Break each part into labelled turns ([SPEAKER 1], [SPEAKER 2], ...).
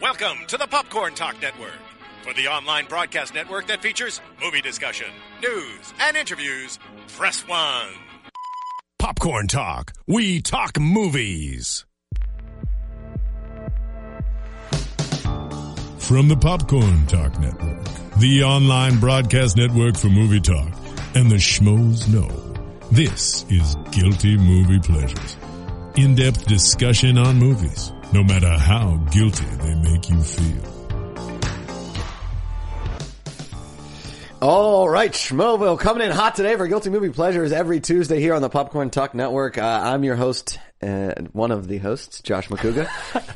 [SPEAKER 1] Welcome to the Popcorn Talk Network, for the online broadcast network that features movie discussion, news, and interviews. Press one. Popcorn Talk. We talk movies.
[SPEAKER 2] From the Popcorn Talk Network, the online broadcast network for movie talk, and the schmoes know, this is Guilty Movie Pleasures. In-depth discussion on movies, no matter how guilty they make you feel.
[SPEAKER 3] All right, Schmoville coming in hot today for Guilty Movie Pleasures every Tuesday here on the Popcorn Talk Network. Uh, I'm your host, uh, one of the hosts, Josh McCouga.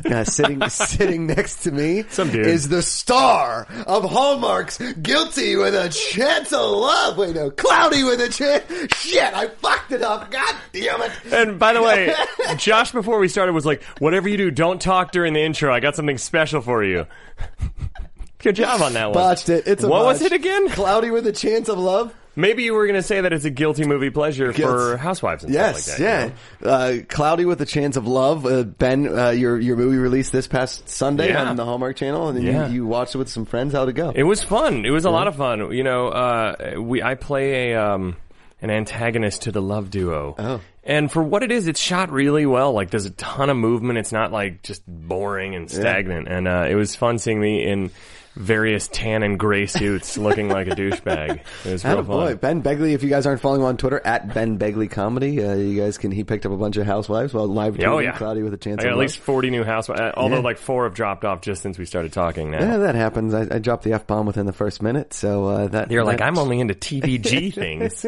[SPEAKER 3] Uh, sitting sitting next to me
[SPEAKER 4] Some dude.
[SPEAKER 3] is the star of Hallmark's Guilty with a Chance of Love. Wait, no, Cloudy with a Chance. Shit, I fucked it up. God damn it.
[SPEAKER 4] And by the way, Josh, before we started, was like, "Whatever you do, don't talk during the intro. I got something special for you." Good job on that one.
[SPEAKER 3] Botched it. It's a
[SPEAKER 4] what was
[SPEAKER 3] botch.
[SPEAKER 4] it again?
[SPEAKER 3] Cloudy with a Chance of Love.
[SPEAKER 4] Maybe you were going to say that it's a guilty movie pleasure for
[SPEAKER 3] Guilt.
[SPEAKER 4] housewives and
[SPEAKER 3] Yes,
[SPEAKER 4] stuff like that. you know?
[SPEAKER 3] yeah. Uh, Cloudy with a Chance of Love. Uh, ben, uh, your your movie released this past Sunday
[SPEAKER 4] Yeah.
[SPEAKER 3] on the Hallmark Channel, and then
[SPEAKER 4] Yeah.
[SPEAKER 3] you, you watched it with some friends. How'd it go?
[SPEAKER 4] It was fun. It was a lot of fun. You know, uh, we I play a um, an antagonist to the love duo.
[SPEAKER 3] Oh.
[SPEAKER 4] And for what it is, it's shot really well. Like there's a ton of movement. It's not like just boring and stagnant. And uh, it was fun seeing me in various tan and gray suits, looking like a douchebag. It was real
[SPEAKER 3] Atta
[SPEAKER 4] fun.
[SPEAKER 3] boy, Ben Begley. If you guys aren't following him on Twitter at Ben Begley Comedy, uh, you guys can. He picked up a bunch of housewives while live
[SPEAKER 4] Yeah,
[SPEAKER 3] tweeting
[SPEAKER 4] Oh yeah,
[SPEAKER 3] Cloudy with a Chance
[SPEAKER 4] I
[SPEAKER 3] of
[SPEAKER 4] got
[SPEAKER 3] Love.
[SPEAKER 4] at least forty new housewives. uh, Although
[SPEAKER 3] Yeah.
[SPEAKER 4] like four have dropped off just since we started talking. Now
[SPEAKER 3] yeah, that happens. I, I dropped the f bomb within the first minute, so uh, that
[SPEAKER 4] you're like,
[SPEAKER 3] that-
[SPEAKER 4] I'm only into TVG things.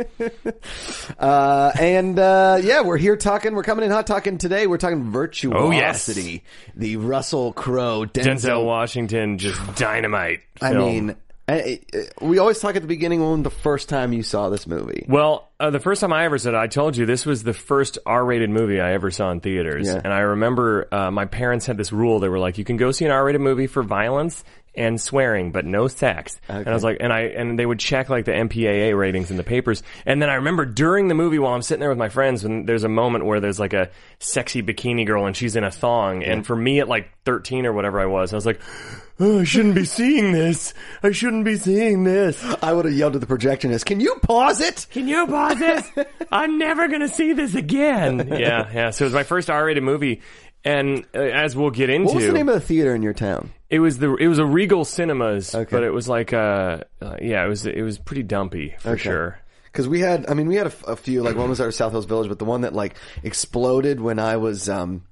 [SPEAKER 3] Uh, and uh, yeah, we're here talking. We're coming in hot talking today. We're talking virtuosity. the Russell Crowe,
[SPEAKER 4] Oh, Denzel Washington, just dynamite.
[SPEAKER 3] I
[SPEAKER 4] film.
[SPEAKER 3] mean, I, I, we always talk at the beginning when the first time you saw this movie.
[SPEAKER 4] Well, uh, the first time I ever said, it, I told you this was the first R-rated movie I ever saw in theaters,
[SPEAKER 3] Yeah.
[SPEAKER 4] and I remember uh, my parents had this rule. They were like, you can go see an R-rated movie for violence and swearing, but no sex. And I was like, and I and they would check like the MPAA ratings in the papers. And then I remember during the movie while I'm sitting there with my friends, when there's a moment where there's like a sexy bikini girl and she's in a thong, and for me at like 13 or whatever I was, I was like. "Oh, I shouldn't be seeing this. I shouldn't be seeing this.
[SPEAKER 3] I would have yelled at the projectionist, "Can you pause it?"
[SPEAKER 4] Can you pause this? I'm never going to see this again. Yeah, yeah. So it was my first R-rated movie, and uh, as we'll get into,
[SPEAKER 3] What was the name of the theater in your town?
[SPEAKER 4] it was the it was a Regal Cinemas,
[SPEAKER 3] Okay.
[SPEAKER 4] but it was like uh, uh, yeah, it was it was pretty dumpy for sure.
[SPEAKER 3] Because we had, I mean, we had a, a few. Like one was out of South Hills Village, but the one that like exploded when I was. um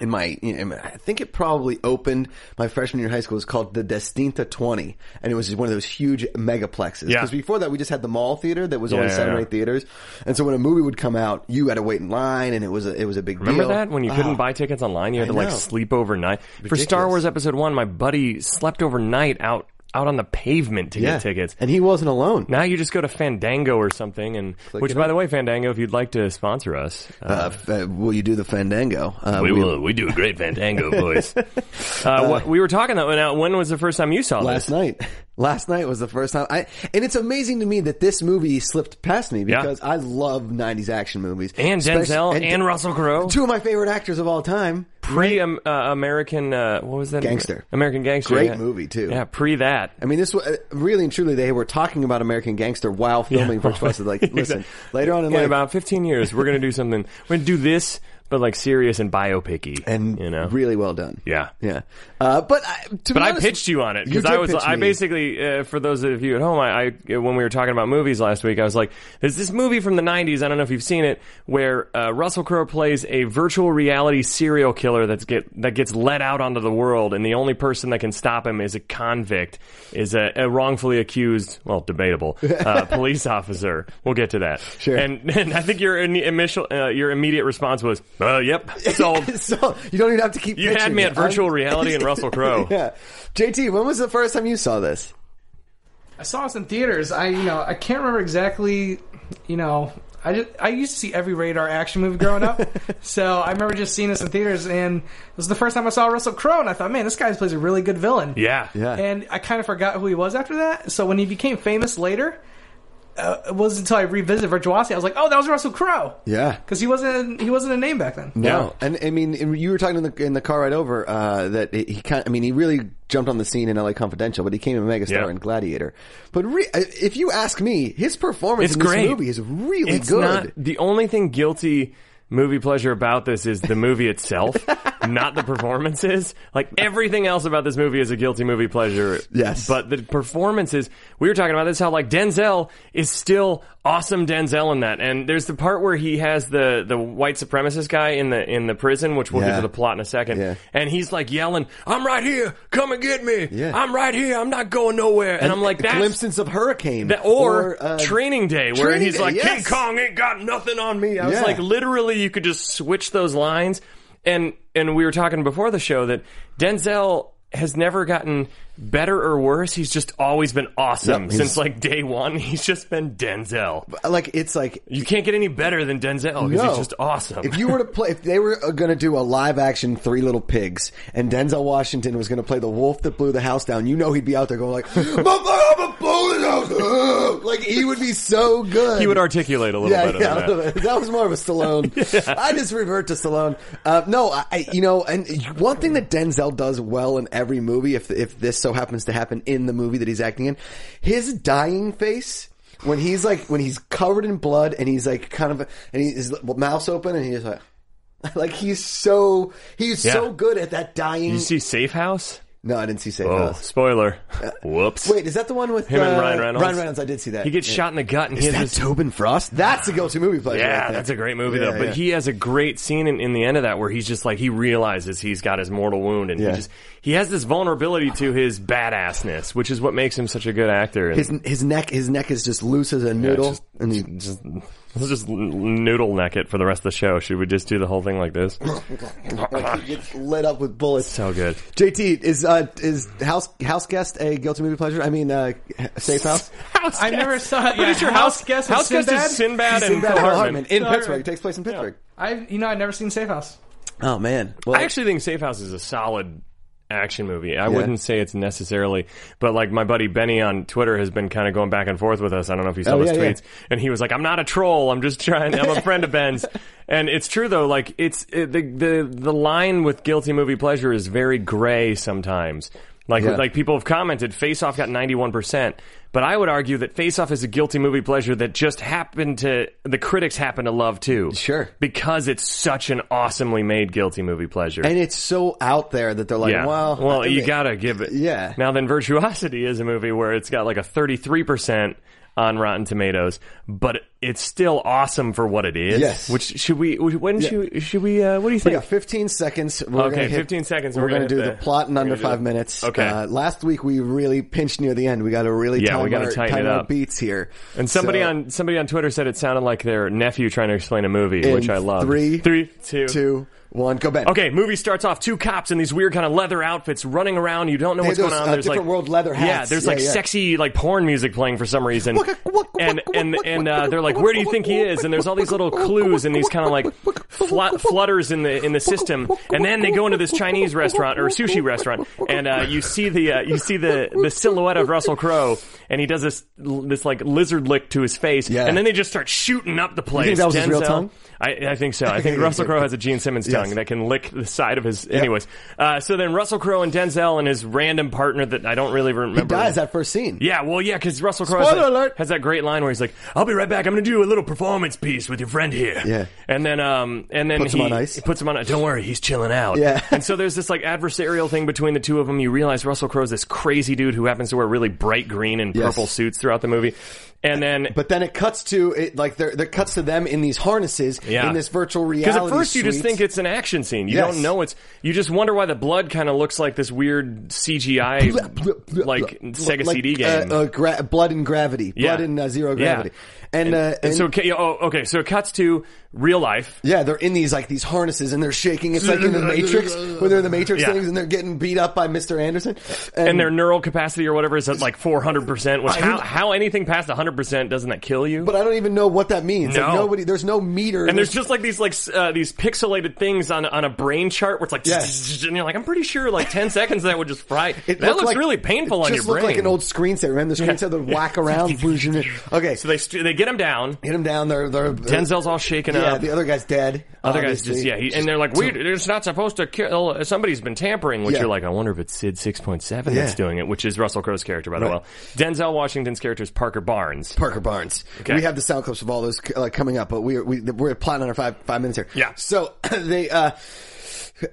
[SPEAKER 3] in my, in my- I think it probably opened my freshman year in high school. It was called the Destinta 20. And it was just one of those huge megaplexes.
[SPEAKER 4] Yeah.
[SPEAKER 3] Because before that, we just had the mall theater that was only
[SPEAKER 4] yeah,
[SPEAKER 3] seven or
[SPEAKER 4] yeah.
[SPEAKER 3] eight theaters. And so when a movie would come out, you had to wait in line and it was a, it was a big
[SPEAKER 4] Remember
[SPEAKER 3] deal.
[SPEAKER 4] that when you couldn't
[SPEAKER 3] Ah.
[SPEAKER 4] buy tickets online, you had
[SPEAKER 3] I
[SPEAKER 4] to like
[SPEAKER 3] know.
[SPEAKER 4] sleep overnight for Star
[SPEAKER 3] Ridiculous.
[SPEAKER 4] Wars Episode One. My buddy slept overnight out out on the pavement to get tickets.
[SPEAKER 3] And he wasn't alone.
[SPEAKER 4] Now you just go to Fandango or something, and which,
[SPEAKER 3] it
[SPEAKER 4] by the way, Fandango, if you'd like to sponsor us, uh,
[SPEAKER 3] Uh, f- uh, will you do the Fandango? Uh,
[SPEAKER 4] we will. We do a great Fandango voice. uh, what, we were talking though. Now, when was the first time you saw
[SPEAKER 3] Last
[SPEAKER 4] this?
[SPEAKER 3] night. Last night was the first time I, and it's amazing to me that this movie slipped past me
[SPEAKER 4] Yeah.
[SPEAKER 3] because I love 90s action movies.
[SPEAKER 4] And
[SPEAKER 3] Especially-
[SPEAKER 4] Denzel and, Russell Crowe,
[SPEAKER 3] Two of my favorite actors of all time.
[SPEAKER 4] pre um, uh, American. Uh, what was that?
[SPEAKER 3] Gangster.
[SPEAKER 4] American Gangster.
[SPEAKER 3] Great
[SPEAKER 4] yeah.
[SPEAKER 3] movie, too.
[SPEAKER 4] Yeah, pre that.
[SPEAKER 3] I mean, this wa- uh, really and truly, they were talking about American Gangster while filming for Trusted. Like, listen, later on in
[SPEAKER 4] In
[SPEAKER 3] life,
[SPEAKER 4] about 15 years, we're gonna do something. We're gonna do this, but like serious and biopicky,
[SPEAKER 3] and
[SPEAKER 4] you know,
[SPEAKER 3] really well done.
[SPEAKER 4] yeah.
[SPEAKER 3] yeah. Uh, but I, to be
[SPEAKER 4] But I
[SPEAKER 3] honest-
[SPEAKER 4] pitched you on it because
[SPEAKER 3] You
[SPEAKER 4] I
[SPEAKER 3] did
[SPEAKER 4] was
[SPEAKER 3] pitch
[SPEAKER 4] I
[SPEAKER 3] me.
[SPEAKER 4] basically uh, for those of you at home I, I when we were talking about movies last week I was like there's this movie from the 90s I don't know if you've seen it where uh, Russell Crowe plays a virtual reality serial killer that's get that gets let out onto the world and the only person that can stop him is a convict is a, a wrongfully accused well debatable uh, police officer we'll get to that
[SPEAKER 3] Sure.
[SPEAKER 4] and, and I think your in- initial uh, your immediate response was uh, yep sold
[SPEAKER 3] so you don't even have to keep.
[SPEAKER 4] You had
[SPEAKER 3] pitching
[SPEAKER 4] me
[SPEAKER 3] it.
[SPEAKER 4] at virtual reality and Russell Crowe.
[SPEAKER 3] yeah, JT. When was the first time you saw this?
[SPEAKER 5] I saw this in theaters. I you know I can't remember exactly. You know I just, I used to see every radar action movie growing up, so I remember just seeing this in theaters, and it was the first time I saw Russell Crowe, and I thought, man, this guy plays a really good villain.
[SPEAKER 4] yeah
[SPEAKER 3] Yeah.
[SPEAKER 5] And I kind of forgot who he was after that. So when he became famous later, uh, it wasn't until I revisited Virtuosity I was like, oh, that was Russell Crowe.
[SPEAKER 3] Yeah. Mm.
[SPEAKER 5] because he wasn't he wasn't a name back then.
[SPEAKER 3] No, and I mean, and you were talking in the, in the car right over uh, that he he kind. I mean, he really jumped on the scene in L.A. Confidential, but he came a megastar
[SPEAKER 4] Yeah.
[SPEAKER 3] in Gladiator. But re- uh, if you ask me, his performance
[SPEAKER 4] It's
[SPEAKER 3] in
[SPEAKER 4] great.
[SPEAKER 3] this movie is really
[SPEAKER 4] it's
[SPEAKER 3] good.
[SPEAKER 4] not the only thing guilty movie pleasure about this is the movie itself, not the performances. Like everything else about this movie is a guilty movie pleasure.
[SPEAKER 3] Yes.
[SPEAKER 4] But the performances we were talking about this how like Denzel is still awesome Denzel in that. And there's the part where he has the the white supremacist guy in the in the prison, which we'll get
[SPEAKER 3] Yeah.
[SPEAKER 4] to the plot in a second.
[SPEAKER 3] Yeah.
[SPEAKER 4] And he's like yelling, "I'm right here. Come and get me.
[SPEAKER 3] Yeah.
[SPEAKER 4] I'm right here. I'm not going nowhere." And, I'm like, "That's
[SPEAKER 3] glimpses of Hurricane
[SPEAKER 4] that, or
[SPEAKER 3] uh,
[SPEAKER 4] Training Day, where
[SPEAKER 3] Training
[SPEAKER 4] he's
[SPEAKER 3] Day,
[SPEAKER 4] like,
[SPEAKER 3] yes.
[SPEAKER 4] King Kong ain't got nothing on me. I was
[SPEAKER 3] Yeah.
[SPEAKER 4] like, literally, you could just switch those lines. And and we were talking before the show that Denzel has never gotten better or worse. He's just always been awesome
[SPEAKER 3] Yep, he's-
[SPEAKER 4] since like day one. He's just been Denzel.
[SPEAKER 3] like it's like
[SPEAKER 4] You can't get any better than Denzel because
[SPEAKER 3] no.
[SPEAKER 4] he's just awesome.
[SPEAKER 3] If you were to play, if they were going to do a live action Three Little Pigs, and Denzel Washington was going to play the wolf that blew the house down, you know he'd be out there going like, "My mama blew the house up." like he would be so good.
[SPEAKER 4] he would articulate a little better than
[SPEAKER 3] a
[SPEAKER 4] that.
[SPEAKER 3] little bit. That was more of a Stallone. I just revert to Stallone. Uh, no, I- I, you know, and one thing that Denzel does well in every movie, if if this so happens to happen in the movie that he's acting in, his dying face. When he's like, when he's covered in blood and he's like kind of, and he, his mouth's open and he's like, like he's so, he's
[SPEAKER 4] Yeah.
[SPEAKER 3] so good at that dying.
[SPEAKER 4] You see Safe House?
[SPEAKER 3] no, I didn't see Safe
[SPEAKER 4] Oh,
[SPEAKER 3] House.
[SPEAKER 4] spoiler. Whoops.
[SPEAKER 3] Uh, Wait, is that the one with
[SPEAKER 4] Him and
[SPEAKER 3] uh,
[SPEAKER 4] Ryan Reynolds?
[SPEAKER 3] Ryan Reynolds, I did see that.
[SPEAKER 4] He gets shot in the gut and he
[SPEAKER 3] Is
[SPEAKER 4] has
[SPEAKER 3] that
[SPEAKER 4] this
[SPEAKER 3] Tobin Frost? That's a go-to movie pleasure.
[SPEAKER 4] Yeah,
[SPEAKER 3] right there.
[SPEAKER 4] that's a great movie
[SPEAKER 3] Yeah,
[SPEAKER 4] though. But
[SPEAKER 3] yeah.
[SPEAKER 4] he has a great scene in, in the end of that where he's just like he realizes he's got his mortal wound and
[SPEAKER 3] Yeah.
[SPEAKER 4] he just he has this vulnerability to his badassness, which is what makes him such a good actor. And
[SPEAKER 3] His his neck his neck is just loose as a noodle.
[SPEAKER 4] just-
[SPEAKER 3] and he,
[SPEAKER 4] just, let's just n- noodle neck it for the rest of the show. Should we just do the whole thing like this?
[SPEAKER 3] like, he gets lit up with bullets.
[SPEAKER 4] So good.
[SPEAKER 3] JT is uh, is house house guest a guilty movie pleasure? I mean, uh, safe house.
[SPEAKER 4] House
[SPEAKER 5] I never saw- yeah,
[SPEAKER 4] Pretty sure
[SPEAKER 5] House
[SPEAKER 4] House
[SPEAKER 5] Guest and
[SPEAKER 4] House Guest is Sinbad and
[SPEAKER 3] Sinbad
[SPEAKER 4] Phil
[SPEAKER 3] and
[SPEAKER 4] Hartman.
[SPEAKER 3] in
[SPEAKER 5] Sorry.
[SPEAKER 3] Pittsburgh. It takes place in Pittsburgh.
[SPEAKER 5] I you know I'd never seen Safe House.
[SPEAKER 3] Oh man, well,
[SPEAKER 4] I actually think Safe House is a solid action movie. I wouldn't say it's necessarily, but like my buddy Benny on Twitter has been kind of going back and forth with us. I don't know if you saw
[SPEAKER 3] Oh,
[SPEAKER 4] his
[SPEAKER 3] yeah, yeah.
[SPEAKER 4] tweets, and he was like, "I'm not a troll. I'm just trying. I'm a friend of Ben's." And it's true though. Like it's it, the the the line with guilty movie pleasure is very gray sometimes. Like
[SPEAKER 3] Yeah.
[SPEAKER 4] like people have commented, Face Off got 91 percent. But I would argue that Face Off is a guilty movie pleasure that just happened to the critics happen to love too.
[SPEAKER 3] Sure.
[SPEAKER 4] because it's such an awesomely made guilty movie pleasure.
[SPEAKER 3] and it's so out there that they're like,
[SPEAKER 4] Yeah.
[SPEAKER 3] well, I
[SPEAKER 4] you
[SPEAKER 3] mean,
[SPEAKER 4] gotta give it.
[SPEAKER 3] Yeah.
[SPEAKER 4] Now then, Virtuosity is a movie where it's got like a 33% on Rotten Tomatoes, but it's still awesome for what it is.
[SPEAKER 3] Yes.
[SPEAKER 4] Which should we? When should should we? Uh, what do you
[SPEAKER 3] We
[SPEAKER 4] think?
[SPEAKER 3] got 15 seconds. We're
[SPEAKER 4] Okay,
[SPEAKER 3] gonna hit-
[SPEAKER 4] 15 seconds,
[SPEAKER 3] We're,
[SPEAKER 4] we're
[SPEAKER 3] going
[SPEAKER 4] gonna
[SPEAKER 3] to do
[SPEAKER 4] hit
[SPEAKER 3] the
[SPEAKER 4] the-
[SPEAKER 3] plot in
[SPEAKER 4] we're
[SPEAKER 3] under
[SPEAKER 4] gonna do
[SPEAKER 3] five
[SPEAKER 4] the-
[SPEAKER 3] minutes.
[SPEAKER 4] Okay.
[SPEAKER 3] Uh, last week we really pinched near the end. We got to really
[SPEAKER 4] Yeah,
[SPEAKER 3] time
[SPEAKER 4] we gotta
[SPEAKER 3] our,
[SPEAKER 4] tighten
[SPEAKER 3] time
[SPEAKER 4] it
[SPEAKER 3] our
[SPEAKER 4] up.
[SPEAKER 3] beats here.
[SPEAKER 4] And somebody
[SPEAKER 3] So-
[SPEAKER 4] on somebody on Twitter said it sounded like their nephew trying to explain a movie,
[SPEAKER 3] In
[SPEAKER 4] which I love.
[SPEAKER 3] three,
[SPEAKER 4] three, two,
[SPEAKER 3] two, one. Go back.
[SPEAKER 4] Okay, movie starts off two cops in these weird kind of leather outfits running around. You don't know
[SPEAKER 3] They
[SPEAKER 4] what's
[SPEAKER 3] have those,
[SPEAKER 4] going on.
[SPEAKER 3] uh,
[SPEAKER 4] there's
[SPEAKER 3] different
[SPEAKER 4] like
[SPEAKER 3] world leather
[SPEAKER 4] Yeah,
[SPEAKER 3] hats.
[SPEAKER 4] there's
[SPEAKER 3] Yeah,
[SPEAKER 4] like
[SPEAKER 3] yeah.
[SPEAKER 4] sexy like porn music playing for some reason. And and and uh, they're like, where do you think he is? And there's all these little clues and these kind of like fl- flutters in the in the system. And then they go into this Chinese restaurant or sushi restaurant, and uh, you see the uh, you see the the silhouette of Russell Crowe, and he does this this like lizard lick to his face,
[SPEAKER 3] Yeah.
[SPEAKER 4] and then they just start shooting up the place.
[SPEAKER 3] that was his real
[SPEAKER 4] Denzel-
[SPEAKER 3] tongue?
[SPEAKER 4] I, I think so. I think Russell Crowe has a Gene Simmons tongue
[SPEAKER 3] Yes.
[SPEAKER 4] that can lick the side of his. Anyways, uh, so then Russell Crowe and Denzel and his random partner that I don't really remember.
[SPEAKER 3] He dies that first scene.
[SPEAKER 4] yeah, well, yeah, because Russell Crowe has
[SPEAKER 3] Spoiler
[SPEAKER 4] that,
[SPEAKER 3] alert!
[SPEAKER 4] has that great line where he's like, "I'll be right back. I'm going to do a little performance piece with your friend here."
[SPEAKER 3] Yeah.
[SPEAKER 4] and then um, and then
[SPEAKER 3] Puts
[SPEAKER 4] he
[SPEAKER 3] him on ice.
[SPEAKER 4] he puts him on. Don't worry, he's chilling out.
[SPEAKER 3] Yeah.
[SPEAKER 4] and so there's this like adversarial thing between the two of them. You realize Russell Crowe's this crazy dude who happens to wear really bright green and
[SPEAKER 3] Yes.
[SPEAKER 4] purple suits throughout the movie, and then
[SPEAKER 3] But then it cuts to it like they're, they cuts to them in these harnesses
[SPEAKER 4] Yeah.
[SPEAKER 3] in this virtual reality.
[SPEAKER 4] Because at first you just
[SPEAKER 3] suite.
[SPEAKER 4] think it's an action scene. You
[SPEAKER 3] Yes.
[SPEAKER 4] don't know it's. You just wonder why the blood kind of looks like this weird CGI like Sega
[SPEAKER 3] Like,
[SPEAKER 4] CD game.
[SPEAKER 3] uh, uh, gra- blood and gravity, blood
[SPEAKER 4] Yeah.
[SPEAKER 3] and uh, zero
[SPEAKER 4] Yeah.
[SPEAKER 3] gravity, and, uh, and,
[SPEAKER 4] so okay, oh, okay, so it cuts to real life.
[SPEAKER 3] yeah, they're in these like these harnesses and they're shaking. It's like in the Matrix when they're in the Matrix
[SPEAKER 4] Yeah.
[SPEAKER 3] things and they're getting beat up by Mister Anderson,
[SPEAKER 4] And their neural capacity or whatever is at like 400%, which how, how anything past 100% doesn't that kill you?
[SPEAKER 3] But I don't even know what that means. Like
[SPEAKER 4] No.
[SPEAKER 3] nobody, there's no meter.
[SPEAKER 4] and there's just like these like s- uh, these pixelated things things on on a brain chart where it's like,
[SPEAKER 3] Yes.
[SPEAKER 4] and you're like, I'm pretty sure like ten seconds of that would just fry.
[SPEAKER 3] It
[SPEAKER 4] that
[SPEAKER 3] looked
[SPEAKER 4] looks
[SPEAKER 3] like-
[SPEAKER 4] really painful
[SPEAKER 3] it
[SPEAKER 4] on
[SPEAKER 3] just
[SPEAKER 4] your
[SPEAKER 3] looked
[SPEAKER 4] brain.
[SPEAKER 3] like an old screensaver. Remember the screensaver? The whack around. version of- okay,
[SPEAKER 4] so they st- they get him down.
[SPEAKER 3] hit him down. They're, they're,
[SPEAKER 4] Denzel's all shaken
[SPEAKER 3] yeah,
[SPEAKER 4] up.
[SPEAKER 3] the other guy's dead.
[SPEAKER 4] Other guys just
[SPEAKER 3] obviously.
[SPEAKER 4] yeah, he, and they're like, we it's not supposed to kill. oh, Somebody's been tampering. Which
[SPEAKER 3] Yeah.
[SPEAKER 4] you're like, I wonder if it's Sid six point seven that's
[SPEAKER 3] Yeah.
[SPEAKER 4] doing it, which is Russell Crowe's character by the
[SPEAKER 3] Right.
[SPEAKER 4] way. Denzel Washington's character is Parker Barnes.
[SPEAKER 3] Parker Barnes.
[SPEAKER 4] Okay.
[SPEAKER 3] We have the sound clips of all those uh, coming up, but we are, we, we're plotting on our five five minutes here.
[SPEAKER 4] Yeah.
[SPEAKER 3] So they, uh,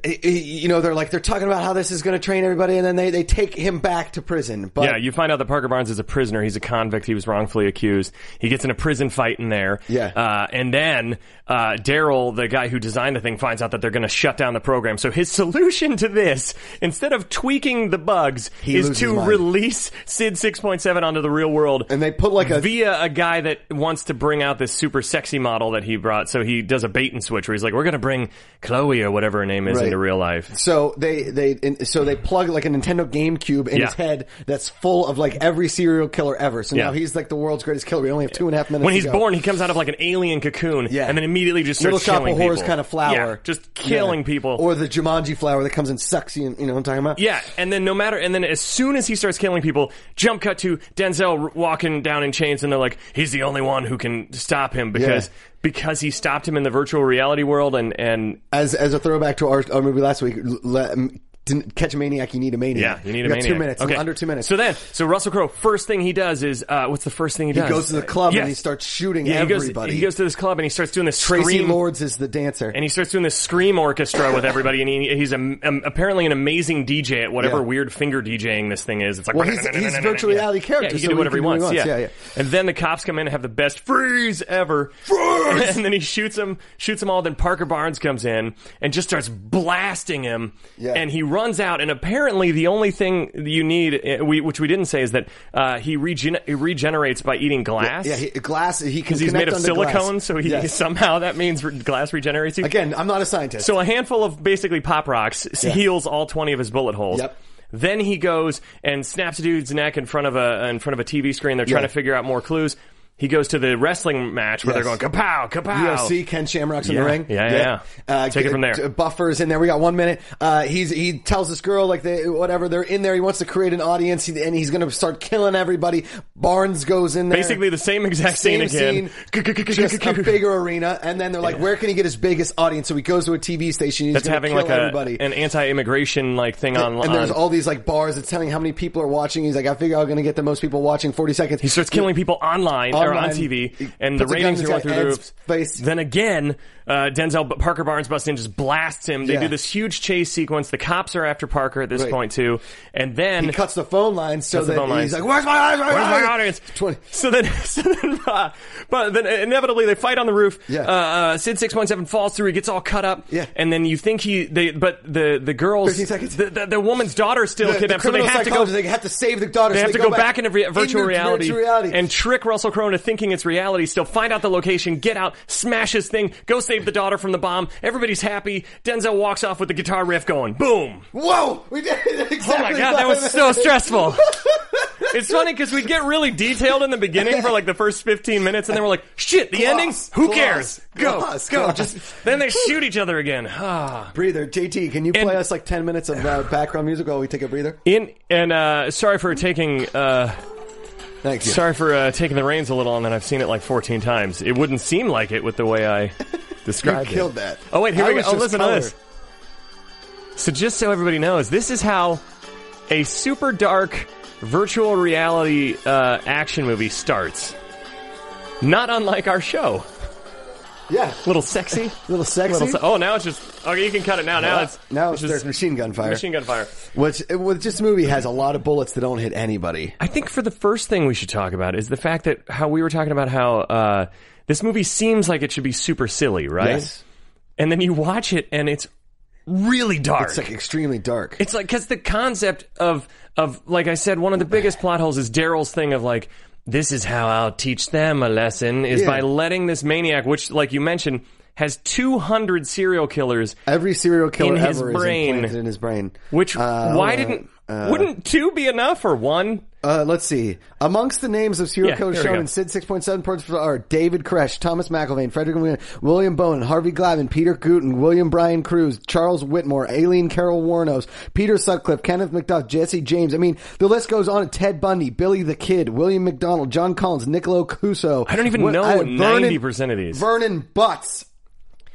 [SPEAKER 3] y- y- you know, they're like they're talking about how this is going to train everybody, and then they, they take him back to prison. But
[SPEAKER 4] yeah, you find out that Parker Barnes is a prisoner. He's a convict. He was wrongfully accused. He gets in a prison fight in there.
[SPEAKER 3] Yeah.
[SPEAKER 4] Uh, and then uh, Daryl, the guy who designed the thing, finds out that they're going to shut down the program. So his solution to this, instead of tweaking the bugs,
[SPEAKER 3] He
[SPEAKER 4] is
[SPEAKER 3] loses
[SPEAKER 4] to
[SPEAKER 3] his mind.
[SPEAKER 4] release Sid 6.7 onto the real world.
[SPEAKER 3] and they put like a
[SPEAKER 4] via a guy that wants to bring out this super sexy model that he brought. So he does a bait and switch where he's like, "We're going to bring Chloe or whatever her name is
[SPEAKER 3] Right.
[SPEAKER 4] into real life."
[SPEAKER 3] So they they and so they plug like a Nintendo GameCube in
[SPEAKER 4] Yeah.
[SPEAKER 3] his head that's full of like every serial killer ever. So now
[SPEAKER 4] Yeah.
[SPEAKER 3] he's like the world's greatest killer. We only have two and a half minutes.
[SPEAKER 4] When
[SPEAKER 3] to
[SPEAKER 4] he's
[SPEAKER 3] go.
[SPEAKER 4] born, he comes out of like an alien cocoon,
[SPEAKER 3] Yeah.
[SPEAKER 4] and then immediately just starts
[SPEAKER 3] Little Shop
[SPEAKER 4] killing
[SPEAKER 3] of Horrors
[SPEAKER 4] people.
[SPEAKER 3] kind of flower,
[SPEAKER 4] Yeah, just killing
[SPEAKER 3] Yeah.
[SPEAKER 4] people.
[SPEAKER 3] or the Jumanji flower that comes and sucks you. You know what I'm talking about?
[SPEAKER 4] yeah, and then no matter, and then as soon as he starts killing people, jump cut to Denzel r- walking down in chains, and they're like, "He's the only one who can stop him because
[SPEAKER 3] Yeah.
[SPEAKER 4] because he stopped him in the virtual reality world." And and
[SPEAKER 3] As as a throwback to our, our movie last week, let, didn't catch a maniac, you need a
[SPEAKER 4] Yeah,
[SPEAKER 3] maniac.
[SPEAKER 4] you need a
[SPEAKER 3] got
[SPEAKER 4] maniac.
[SPEAKER 3] Two minutes,
[SPEAKER 4] Okay,
[SPEAKER 3] under two minutes.
[SPEAKER 4] So then, so Russell Crowe, first thing he does is uh, what's the first thing he
[SPEAKER 3] he
[SPEAKER 4] does?
[SPEAKER 3] goes to the club
[SPEAKER 4] Yes.
[SPEAKER 3] and he starts shooting
[SPEAKER 4] Yeah, he goes,
[SPEAKER 3] everybody.
[SPEAKER 4] he goes to this club and he starts doing this
[SPEAKER 3] Tracy
[SPEAKER 4] scream.
[SPEAKER 3] Lords is the dancer.
[SPEAKER 4] And he starts doing this scream orchestra with everybody, and he, he's am um, apparently an amazing DJ at whatever
[SPEAKER 3] Yeah.
[SPEAKER 4] weird finger DJing this thing is. It's like
[SPEAKER 3] Well, he's- he's a virtual reality
[SPEAKER 4] Yeah.
[SPEAKER 3] character,
[SPEAKER 4] Yeah, he
[SPEAKER 3] so
[SPEAKER 4] can do
[SPEAKER 3] he
[SPEAKER 4] whatever he
[SPEAKER 3] can do what
[SPEAKER 4] wants.
[SPEAKER 3] he
[SPEAKER 4] Yeah.
[SPEAKER 3] wants. Yeah,
[SPEAKER 4] And then the cops come in and have the best freeze ever,
[SPEAKER 3] Freeze!
[SPEAKER 4] and then he shoots him, shoots him all. Then Parker Barnes comes in and just starts blasting him,
[SPEAKER 3] Yeah.
[SPEAKER 4] and he runs out. And apparently, the only thing you need, uh, we, which we didn't say, is that uh, he, regen- he regenerates by eating glass.
[SPEAKER 3] yeah, he, glass. He can
[SPEAKER 4] because he's made
[SPEAKER 3] connect
[SPEAKER 4] of
[SPEAKER 3] onto glass.
[SPEAKER 4] silicone, so he
[SPEAKER 3] Yes.
[SPEAKER 4] somehow that means re- glass regenerates. You.
[SPEAKER 3] again. I'm not a scientist.
[SPEAKER 4] So a handful of basically pop rocks s-
[SPEAKER 3] Yeah.
[SPEAKER 4] heals all twenty of his bullet holes.
[SPEAKER 3] Yep.
[SPEAKER 4] Then he goes and snaps a dude's neck in front of a in front of a TV screen. They're trying
[SPEAKER 3] Yeah.
[SPEAKER 4] to figure out more clues. He goes to the wrestling match where
[SPEAKER 3] Yes.
[SPEAKER 4] they're going kapow kapow.
[SPEAKER 3] UFC Ken Shamrock's in
[SPEAKER 4] Yeah.
[SPEAKER 3] the ring.
[SPEAKER 4] Yeah, yeah, yeah. Take it
[SPEAKER 3] g-
[SPEAKER 4] from there.
[SPEAKER 3] d- Buffers in there. We got one minute. Uh, he's he tells this girl like they whatever they're in there. He wants to create an audience he, and he's going to start killing everybody. Barnes goes in there.
[SPEAKER 4] Basically the same exact
[SPEAKER 3] Same
[SPEAKER 4] scene again.
[SPEAKER 3] scene, just a bigger arena, and then they're like, "Where can he get his biggest audience?" So he goes to a TV station. He's
[SPEAKER 4] That's
[SPEAKER 3] gonna
[SPEAKER 4] having
[SPEAKER 3] kill
[SPEAKER 4] like a,
[SPEAKER 3] everybody.
[SPEAKER 4] an anti-immigration like thing on.
[SPEAKER 3] and there's
[SPEAKER 4] on-
[SPEAKER 3] all these like bars that's telling how many people are watching. He's like, "I figure I'm going to get the most people watching." Forty seconds.
[SPEAKER 4] He starts killing people online, or on
[SPEAKER 3] Online.
[SPEAKER 4] TV,
[SPEAKER 3] He
[SPEAKER 4] and the
[SPEAKER 3] puts a gun
[SPEAKER 4] ratings are
[SPEAKER 3] to
[SPEAKER 4] going
[SPEAKER 3] this
[SPEAKER 4] through
[SPEAKER 3] guy
[SPEAKER 4] the
[SPEAKER 3] Ed's
[SPEAKER 4] roof.
[SPEAKER 3] face.
[SPEAKER 4] Then again, uh, Denzel B- Parker Barnes busts in, just blasts him. They
[SPEAKER 3] Yeah.
[SPEAKER 4] do this huge chase sequence. The cops are after Parker at this
[SPEAKER 3] Right.
[SPEAKER 4] point too, and then
[SPEAKER 3] He cuts the phone line so
[SPEAKER 4] Cuts the
[SPEAKER 3] that
[SPEAKER 4] phone line.
[SPEAKER 3] he's like, "Where's my audience?
[SPEAKER 4] Where's my audience?
[SPEAKER 3] 20.
[SPEAKER 4] So then, so then, uh, but then inevitably they fight on the roof.
[SPEAKER 3] Yeah.
[SPEAKER 4] Uh, uh, Sid six point seven falls through. He gets all cut up.
[SPEAKER 3] Yeah.
[SPEAKER 4] And then you think he, they, but the the girls,
[SPEAKER 3] 13 seconds.
[SPEAKER 4] the, the, the woman's daughter is still
[SPEAKER 3] the, the
[SPEAKER 4] kidnapped, so they
[SPEAKER 3] criminal
[SPEAKER 4] have to go.
[SPEAKER 3] psychologist, They have to save the daughter.
[SPEAKER 4] They
[SPEAKER 3] so
[SPEAKER 4] have to go, back, into re- virtual,
[SPEAKER 3] into
[SPEAKER 4] reality
[SPEAKER 3] virtual reality.
[SPEAKER 4] and trick Russell Crowe into thinking it's reality. Still, find out the location, get out, smash his thing, go save the daughter from the bomb. Everybody's happy. Denzel walks off with the guitar riff going, boom.
[SPEAKER 3] whoa, we did it exactly.
[SPEAKER 4] Oh my god, that was so stressful. It's funny because we get really detailed in the beginning for like the first 15 minutes, and then we're like, shit, the ending? Who
[SPEAKER 3] gloss,
[SPEAKER 4] cares? Go,
[SPEAKER 3] gloss,
[SPEAKER 4] go.
[SPEAKER 3] gloss.
[SPEAKER 4] Just Then they shoot each other again. Ah.
[SPEAKER 3] breather. JT, can you play
[SPEAKER 4] And-
[SPEAKER 3] us like ten minutes of uh, background music while we take a breather?
[SPEAKER 4] in And uh, sorry for taking. Uh,
[SPEAKER 3] Thank you.
[SPEAKER 4] Sorry for uh, taking the reins a little on that. I've seen it like 14 times. It wouldn't seem like it with the way I described it.
[SPEAKER 3] killed that.
[SPEAKER 4] Oh, wait, here
[SPEAKER 3] I
[SPEAKER 4] we
[SPEAKER 3] was
[SPEAKER 4] go. Oh,
[SPEAKER 3] just
[SPEAKER 4] listen
[SPEAKER 3] color.
[SPEAKER 4] to this. So, just so everybody knows, this is how a super dark virtual reality uh, action movie starts. Not unlike our show.
[SPEAKER 3] Yeah,
[SPEAKER 4] A little sexy.
[SPEAKER 3] little sexy.
[SPEAKER 4] Little se- oh, now it's just. Okay, you can cut it now. Now
[SPEAKER 3] Uh,
[SPEAKER 4] it's.
[SPEAKER 3] now
[SPEAKER 4] it's
[SPEAKER 3] there's
[SPEAKER 4] just
[SPEAKER 3] machine gun fire.
[SPEAKER 4] machine gun fire.
[SPEAKER 3] Which, which this movie has a lot of bullets that don't hit anybody.
[SPEAKER 4] I think for the first thing we should talk about is the fact that how we were talking about how uh, this movie seems like it should be super silly, right?
[SPEAKER 3] Yes.
[SPEAKER 4] And then you watch it and it's really dark.
[SPEAKER 3] It's like extremely dark.
[SPEAKER 4] It's like because the concept of of like I said, one of the biggest plot holes is Daryl's thing of like this is how I'll teach them a lesson is
[SPEAKER 3] Yeah.
[SPEAKER 4] by letting this maniac, which like you mentioned, has two hundred serial killers.
[SPEAKER 3] Every serial killer
[SPEAKER 4] in his
[SPEAKER 3] ever
[SPEAKER 4] brain.
[SPEAKER 3] is implanted in his brain.
[SPEAKER 4] Which
[SPEAKER 3] Uh,
[SPEAKER 4] why didn't
[SPEAKER 3] uh,
[SPEAKER 4] wouldn't two be enough or one?
[SPEAKER 3] Uh, let's see. Amongst the names of serial
[SPEAKER 4] Yeah,
[SPEAKER 3] killers
[SPEAKER 4] there we
[SPEAKER 3] shown
[SPEAKER 4] go.
[SPEAKER 3] in Sid 6.7 Parts per are David Koresh, Thomas McElvain, Frederick William, William Bowen, Harvey Glavin, Peter Gooten, William Bryan Cruz, Charles Whitmore, Aileen Carol Warnos, Peter Sutcliffe, Kenneth McDuff, Jesse James. I mean, the list goes on. Ted Bundy, Billy the Kid, William McDonald, John Collins, Niccolo Cuso.
[SPEAKER 4] I don't even
[SPEAKER 3] Wi-
[SPEAKER 4] know
[SPEAKER 3] I-
[SPEAKER 4] 90% of these.
[SPEAKER 3] Vernon Butts.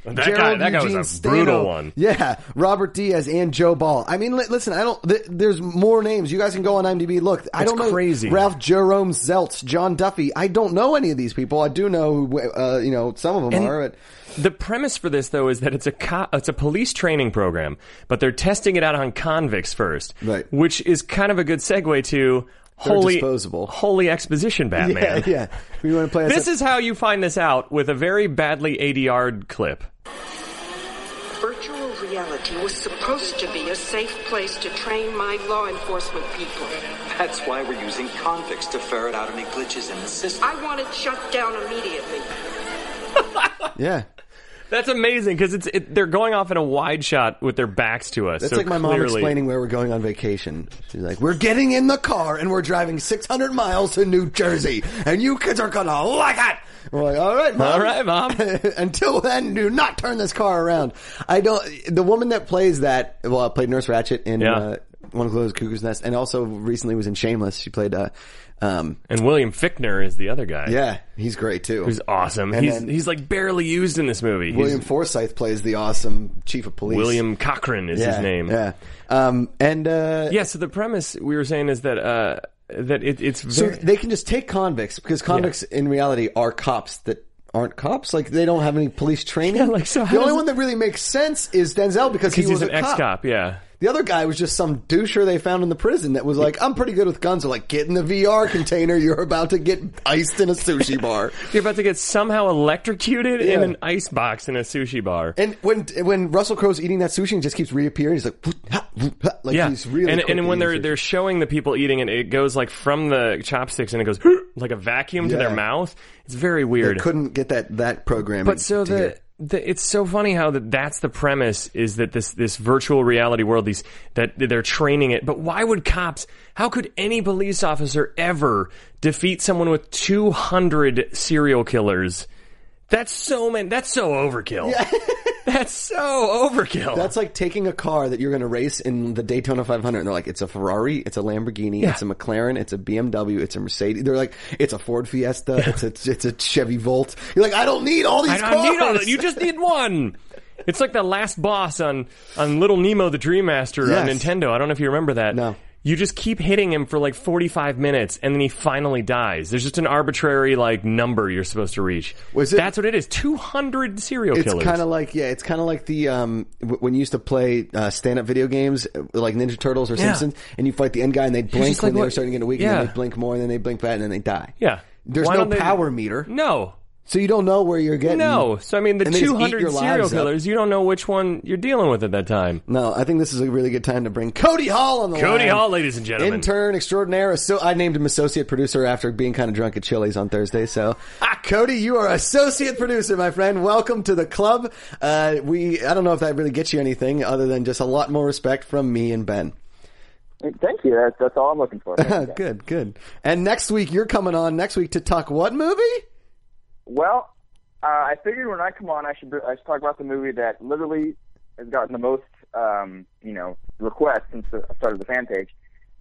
[SPEAKER 4] That
[SPEAKER 3] Gerald
[SPEAKER 4] guy,
[SPEAKER 3] Eugene
[SPEAKER 4] that guy was a
[SPEAKER 3] Stano.
[SPEAKER 4] brutal one.
[SPEAKER 3] Yeah, Robert Diaz and Joe Ball. I mean, li- listen, I don't. Th- there's more names. You guys can go on IMDb. Look, I
[SPEAKER 4] That's
[SPEAKER 3] don't know.
[SPEAKER 4] crazy.
[SPEAKER 3] Ralph Jerome Zeltz, John Duffy. I don't know any of these people. I do know, who, uh, you know, some of them
[SPEAKER 4] And-
[SPEAKER 3] are. But
[SPEAKER 4] The premise for this, though, is that it's a co- it's a police training program, but they're testing it out on convicts first,
[SPEAKER 3] Right.
[SPEAKER 4] Which is kind of a good segue to holy
[SPEAKER 3] disposable.
[SPEAKER 4] holy exposition, Batman.
[SPEAKER 3] yeah, yeah. We want to play.
[SPEAKER 4] This is how you find this out with a very badly ADR clip.
[SPEAKER 6] Virtual reality was supposed to be a safe place to train my law enforcement people.
[SPEAKER 7] That's why we're using convicts to ferret out any glitches in the system.
[SPEAKER 6] I want it shut down immediately.
[SPEAKER 3] yeah.
[SPEAKER 4] That's amazing because it's it, they're going off in a wide shot with their backs to us.
[SPEAKER 3] That's
[SPEAKER 4] so
[SPEAKER 3] like my mom
[SPEAKER 4] clearly-
[SPEAKER 3] explaining where we're going on vacation. She's like, "We're getting in the car and we're driving 600 miles to New Jersey, and you kids are gonna like it." We're like, "All right, mom.
[SPEAKER 4] All right, mom.
[SPEAKER 3] Until then, do not turn this car around. I don't. The woman that plays that, well, I played Nurse Ratchet in
[SPEAKER 4] Yeah.
[SPEAKER 3] uh, One of Those Cuckoo's Nest, and also recently was in Shameless. She played, uh, um,
[SPEAKER 4] And William Fickner is the other guy.
[SPEAKER 3] yeah, he's great too.
[SPEAKER 4] who's awesome.
[SPEAKER 3] And
[SPEAKER 4] He's
[SPEAKER 3] then-
[SPEAKER 4] he's like barely used in this movie. He's-
[SPEAKER 3] William Forsythe plays the awesome chief of police.
[SPEAKER 4] William Cochran is
[SPEAKER 3] yeah,
[SPEAKER 4] his name.
[SPEAKER 3] Yeah, um, and uh,
[SPEAKER 4] Yeah, so the premise we were saying is that uh, that it, it's
[SPEAKER 3] so
[SPEAKER 4] very,
[SPEAKER 3] they can just take convicts because convicts in reality are cops that aren't cops. Like they don't have any police training.
[SPEAKER 4] Yeah, like, so how
[SPEAKER 3] the only
[SPEAKER 4] does-
[SPEAKER 3] one that really makes sense is Denzel because he
[SPEAKER 4] he's,
[SPEAKER 3] was
[SPEAKER 4] an
[SPEAKER 3] a
[SPEAKER 4] ex
[SPEAKER 3] cop.
[SPEAKER 4] cop. Yeah,
[SPEAKER 3] The other guy was just some doucher they found in the prison that was like, I'm pretty good with guns. So like, get in the VR container. You're about to get iced in a sushi bar.
[SPEAKER 4] you're about to get somehow electrocuted in
[SPEAKER 3] Yeah.
[SPEAKER 4] an ice box in a sushi bar.
[SPEAKER 3] And when when Russell Crowe's eating that sushi and just keeps reappearing, he's like, "Whoop, ha, whoop, ha," like
[SPEAKER 4] yeah,
[SPEAKER 3] he's really
[SPEAKER 4] and
[SPEAKER 3] quick
[SPEAKER 4] and
[SPEAKER 3] at
[SPEAKER 4] when they're
[SPEAKER 3] eating
[SPEAKER 4] they're showing the people eating it, it goes like from the chopsticks and it goes like a vacuum to
[SPEAKER 3] Yeah.
[SPEAKER 4] their mouth. It's very
[SPEAKER 3] sushi.
[SPEAKER 4] weird.
[SPEAKER 3] They couldn't get that that program.
[SPEAKER 4] But so the, the it's so funny how that that's the premise is that this this virtual reality world these that they're training it. But why would cops? How could any police officer ever defeat someone with two hundred serial killers? That's so man. That's so overkill. that's so overkill.
[SPEAKER 3] that's like taking a car that you're going to race in the Daytona 500, and they're like, it's a Ferrari, it's a Lamborghini,
[SPEAKER 4] Yeah.
[SPEAKER 3] it's a McLaren, it's a BMW, it's a Mercedes. They're like, it's a Ford Fiesta, it's a it's a Chevy Volt. You're like, I don't need all these
[SPEAKER 4] I don't
[SPEAKER 3] cars.
[SPEAKER 4] need all that. You just need one. It's like the last boss on on Little Nemo the Dream Master on
[SPEAKER 3] Yes.
[SPEAKER 4] Nintendo. I don't know if you remember that.
[SPEAKER 3] No.
[SPEAKER 4] You just keep hitting him for like 45 minutes and then he finally dies. There's just an arbitrary like number you're supposed to reach.
[SPEAKER 3] Was it-
[SPEAKER 4] That's what it is. 200 serial
[SPEAKER 3] It's
[SPEAKER 4] killers.
[SPEAKER 3] kind of like yeah, it's kind of like the um w- when you used to play uh, stand up video games uh, like Ninja Turtles or
[SPEAKER 4] Yeah.
[SPEAKER 3] Simpsons, and you fight the end guy and they blink
[SPEAKER 4] just
[SPEAKER 3] when
[SPEAKER 4] like,
[SPEAKER 3] they
[SPEAKER 4] what-
[SPEAKER 3] were starting to get weak, and
[SPEAKER 4] Yeah.
[SPEAKER 3] then they blink more, and then they blink back, and then they die.
[SPEAKER 4] Yeah.
[SPEAKER 3] there's
[SPEAKER 4] Why
[SPEAKER 3] no
[SPEAKER 4] don't they-
[SPEAKER 3] power meter,
[SPEAKER 4] No.
[SPEAKER 3] so you don't know where you're getting.
[SPEAKER 4] No. So I mean the
[SPEAKER 3] And they just eat
[SPEAKER 4] 200
[SPEAKER 3] your
[SPEAKER 4] serial
[SPEAKER 3] lives up.
[SPEAKER 4] killers, you don't know which one you're dealing with at that time.
[SPEAKER 3] No, I think this is a really good time to bring Cody Hall on the line.
[SPEAKER 4] Cody Hall, ladies and gentlemen.
[SPEAKER 3] Intern extraordinaire. So I named him associate producer after being kind of drunk at Chili's on Thursday. So, Cody, you are associate producer, my friend. Welcome to the club. Uh, we I don't know if that really gets you anything other than just a lot more respect from me and Ben.
[SPEAKER 8] Thank you. That's, that's all I'm looking for. Thank you, guys.
[SPEAKER 3] good, good. And next week you're coming on next week to talk what movie?
[SPEAKER 8] well, uh, I figured when I come on, I should I should talk about the movie that literally has gotten the most um, you know requests since the I started the fan page.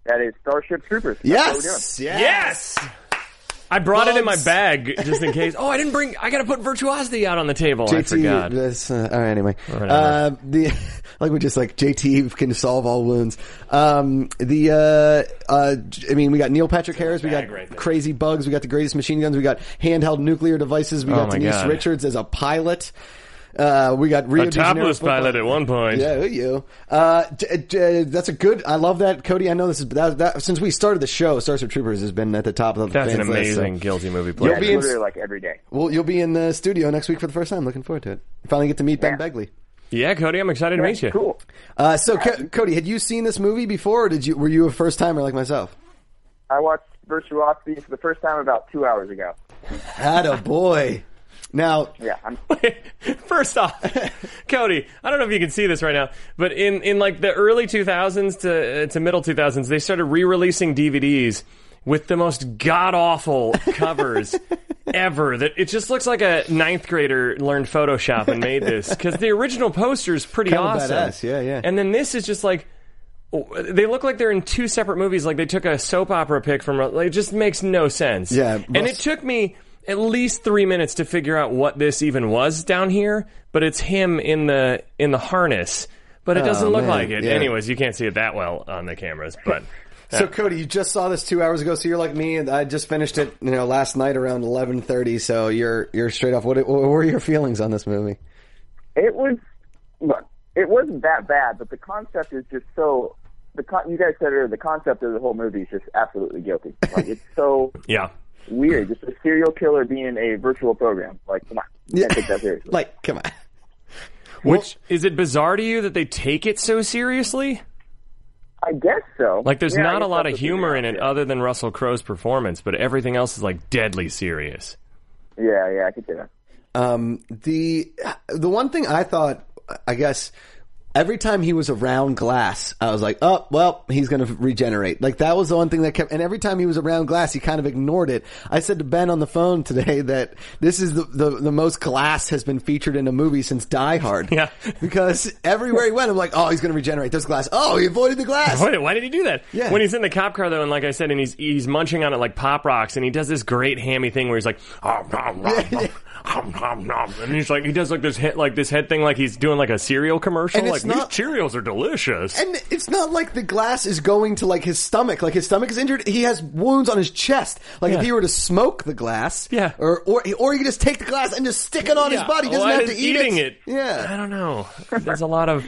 [SPEAKER 8] That is Starship Troopers. That's what we're doing.
[SPEAKER 3] Yes, yes.
[SPEAKER 4] Yes. I brought it in my
[SPEAKER 3] Bugs.
[SPEAKER 4] bag just in case. Oh, I didn't bring. I gotta put virtuosity out on the table. I
[SPEAKER 3] JT,
[SPEAKER 4] forgot.
[SPEAKER 3] This, uh, all right, anyway.
[SPEAKER 4] right,
[SPEAKER 3] uh, the like we just like JT can solve all wounds. Um, the uh, uh, j- I mean, we got Neil Patrick Harris, we got
[SPEAKER 4] right there.
[SPEAKER 3] crazy bugs, we got the greatest machine guns, we got handheld nuclear devices, we got
[SPEAKER 4] Oh my
[SPEAKER 3] Denise
[SPEAKER 4] God.
[SPEAKER 3] Richards as a pilot. Uh, we got Rio
[SPEAKER 4] A
[SPEAKER 3] de Janeiro
[SPEAKER 4] topless
[SPEAKER 3] football-
[SPEAKER 4] pilot at one point.
[SPEAKER 3] Yeah, who you. Uh, j- j- that's a good. I love that, Cody. I know this is that, that since we started the show, Starship Troopers has been at the top of the
[SPEAKER 4] That's an
[SPEAKER 3] fans list, so-
[SPEAKER 4] amazing guilty movie.
[SPEAKER 3] You'll
[SPEAKER 4] Play.
[SPEAKER 3] be in-
[SPEAKER 8] Literally like every day.
[SPEAKER 3] Well, you'll be in the studio next week for the first time. Looking forward to it. Finally, get to meet Ben
[SPEAKER 8] Yeah.
[SPEAKER 3] Begley.
[SPEAKER 4] yeah, Cody. I'm excited to meet you.
[SPEAKER 8] Cool.
[SPEAKER 3] Uh, so, Co- Cody, had you seen this movie before? Or did you were you a first timer like myself?
[SPEAKER 8] I watched Virtuosity for the first time about two hours ago.
[SPEAKER 3] a boy. Now,
[SPEAKER 8] Yeah, I'm,
[SPEAKER 4] First off, Cody, I don't know if you can see this right now, but in, in like the early 2000s to uh, to middle 2000s, they started re-releasing DVDs with the most god awful covers ever. That it just looks like a ninth grader learned Photoshop and made this because the original poster is pretty
[SPEAKER 3] Kinda
[SPEAKER 4] awesome.
[SPEAKER 3] badass, yeah, yeah.
[SPEAKER 4] And then this is just like. oh, They look like they're in two separate movies. Like they took a soap opera pick from. Like, it just makes no sense.
[SPEAKER 3] Yeah,
[SPEAKER 4] and
[SPEAKER 3] most-
[SPEAKER 4] it took me at least three minutes to figure out what this even was down here. But it's him in the in the harness. But it
[SPEAKER 8] Oh,
[SPEAKER 4] doesn't look
[SPEAKER 3] man,
[SPEAKER 4] like it.
[SPEAKER 3] yeah.
[SPEAKER 4] Anyways, you can't see it that well on the cameras. But
[SPEAKER 3] So Cody, you just saw this two hours ago. So you're like me, and I just finished it, you know, last night around 11:30. So you're you're straight off. What, what were your feelings on this movie?
[SPEAKER 8] It was look, it wasn't that bad, but the concept is just so. The con- you guys said earlier, the concept of the whole movie is just absolutely guilty. Like it's so
[SPEAKER 4] yeah,
[SPEAKER 8] weird. Just a serial killer being a virtual program. Like come on, you can't take that seriously.
[SPEAKER 3] Like, come on.
[SPEAKER 4] Which is it bizarre to you that they take it so seriously?
[SPEAKER 8] I guess so.
[SPEAKER 4] Like, there's
[SPEAKER 8] Yeah, I
[SPEAKER 4] not a
[SPEAKER 8] guess
[SPEAKER 4] lot
[SPEAKER 8] that's
[SPEAKER 4] of
[SPEAKER 8] what they
[SPEAKER 4] humor
[SPEAKER 8] are,
[SPEAKER 4] in it
[SPEAKER 8] yeah.
[SPEAKER 4] other than Russell Crowe's performance, but everything else is like deadly serious.
[SPEAKER 8] yeah, yeah, I could say that.
[SPEAKER 3] Um, the the one thing I thought, I guess, every time he was around glass, I was like, oh, well, he's going to regenerate. Like that was the one thing that kept. And every time he was around glass, he kind of ignored it. I said to Ben on the phone today that this is the the, the most glass has been featured in a movie since Die Hard.
[SPEAKER 4] Yeah.
[SPEAKER 3] because everywhere he went, I'm like, oh, he's going to regenerate. There's glass. Oh, he avoided the glass.
[SPEAKER 4] Why, why did he do that?
[SPEAKER 3] Yeah.
[SPEAKER 4] When he's in the cop car though, and like I said, and he's he's munching on it like pop rocks, and he does this great hammy thing where he's like, "Om, nom, nom, nom, om, nom, nom," and he's like, he does like this head, like this head thing, like he's doing like a cereal commercial,
[SPEAKER 3] And
[SPEAKER 4] like
[SPEAKER 3] it's not-
[SPEAKER 4] these Cheerios are delicious.
[SPEAKER 3] And it's not like the glass is going to like his stomach. Like his stomach is injured. He has wounds on his chest. Like
[SPEAKER 4] Yeah.
[SPEAKER 3] if he were to smoke the glass,
[SPEAKER 4] Yeah.
[SPEAKER 3] or or or he could just take the glass and just stick it on his
[SPEAKER 4] Yeah.
[SPEAKER 3] body. He doesn't
[SPEAKER 4] Why
[SPEAKER 3] have
[SPEAKER 4] is
[SPEAKER 3] to eat
[SPEAKER 4] eating
[SPEAKER 3] it.
[SPEAKER 4] it. I
[SPEAKER 3] Yeah. Uh,
[SPEAKER 4] don't know. There's a lot of.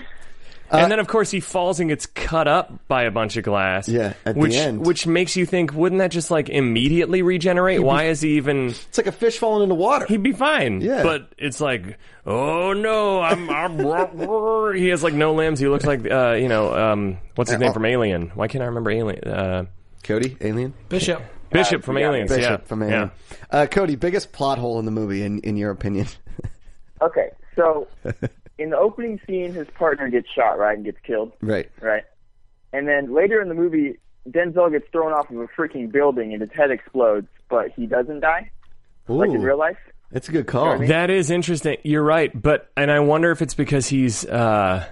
[SPEAKER 4] and then, of course, he falls and gets cut up by a bunch of glass.
[SPEAKER 3] Yeah, at the
[SPEAKER 4] which
[SPEAKER 3] end.
[SPEAKER 4] which makes you think, wouldn't that just like immediately regenerate? Why is he even?
[SPEAKER 3] It's like a fish falling into water.
[SPEAKER 4] He'd be fine.
[SPEAKER 3] Yeah.
[SPEAKER 4] but it's like, oh no, I'm. I'm he has like no limbs. He looks like, uh, you know, um, what's his name from Alien? Why can't I remember Alien? Uh,
[SPEAKER 3] Cody, alien,
[SPEAKER 5] Bishop.
[SPEAKER 4] Bishop from
[SPEAKER 8] yeah,
[SPEAKER 4] Aliens.
[SPEAKER 3] Bishop
[SPEAKER 4] yeah,
[SPEAKER 3] from Alien.
[SPEAKER 4] Yeah.
[SPEAKER 3] Uh, Cody, biggest plot hole in the movie, in in your opinion?
[SPEAKER 8] Okay, so in the opening scene, his partner gets shot, right, and gets killed,
[SPEAKER 3] right.
[SPEAKER 8] right? And then later in the movie, Denzel gets thrown off of a freaking building and his head explodes, but he doesn't die, like in
[SPEAKER 3] Ooh,
[SPEAKER 8] real life.
[SPEAKER 3] that's a good call.
[SPEAKER 4] That is interesting. You're right, but and I wonder if it's because he's. Uh,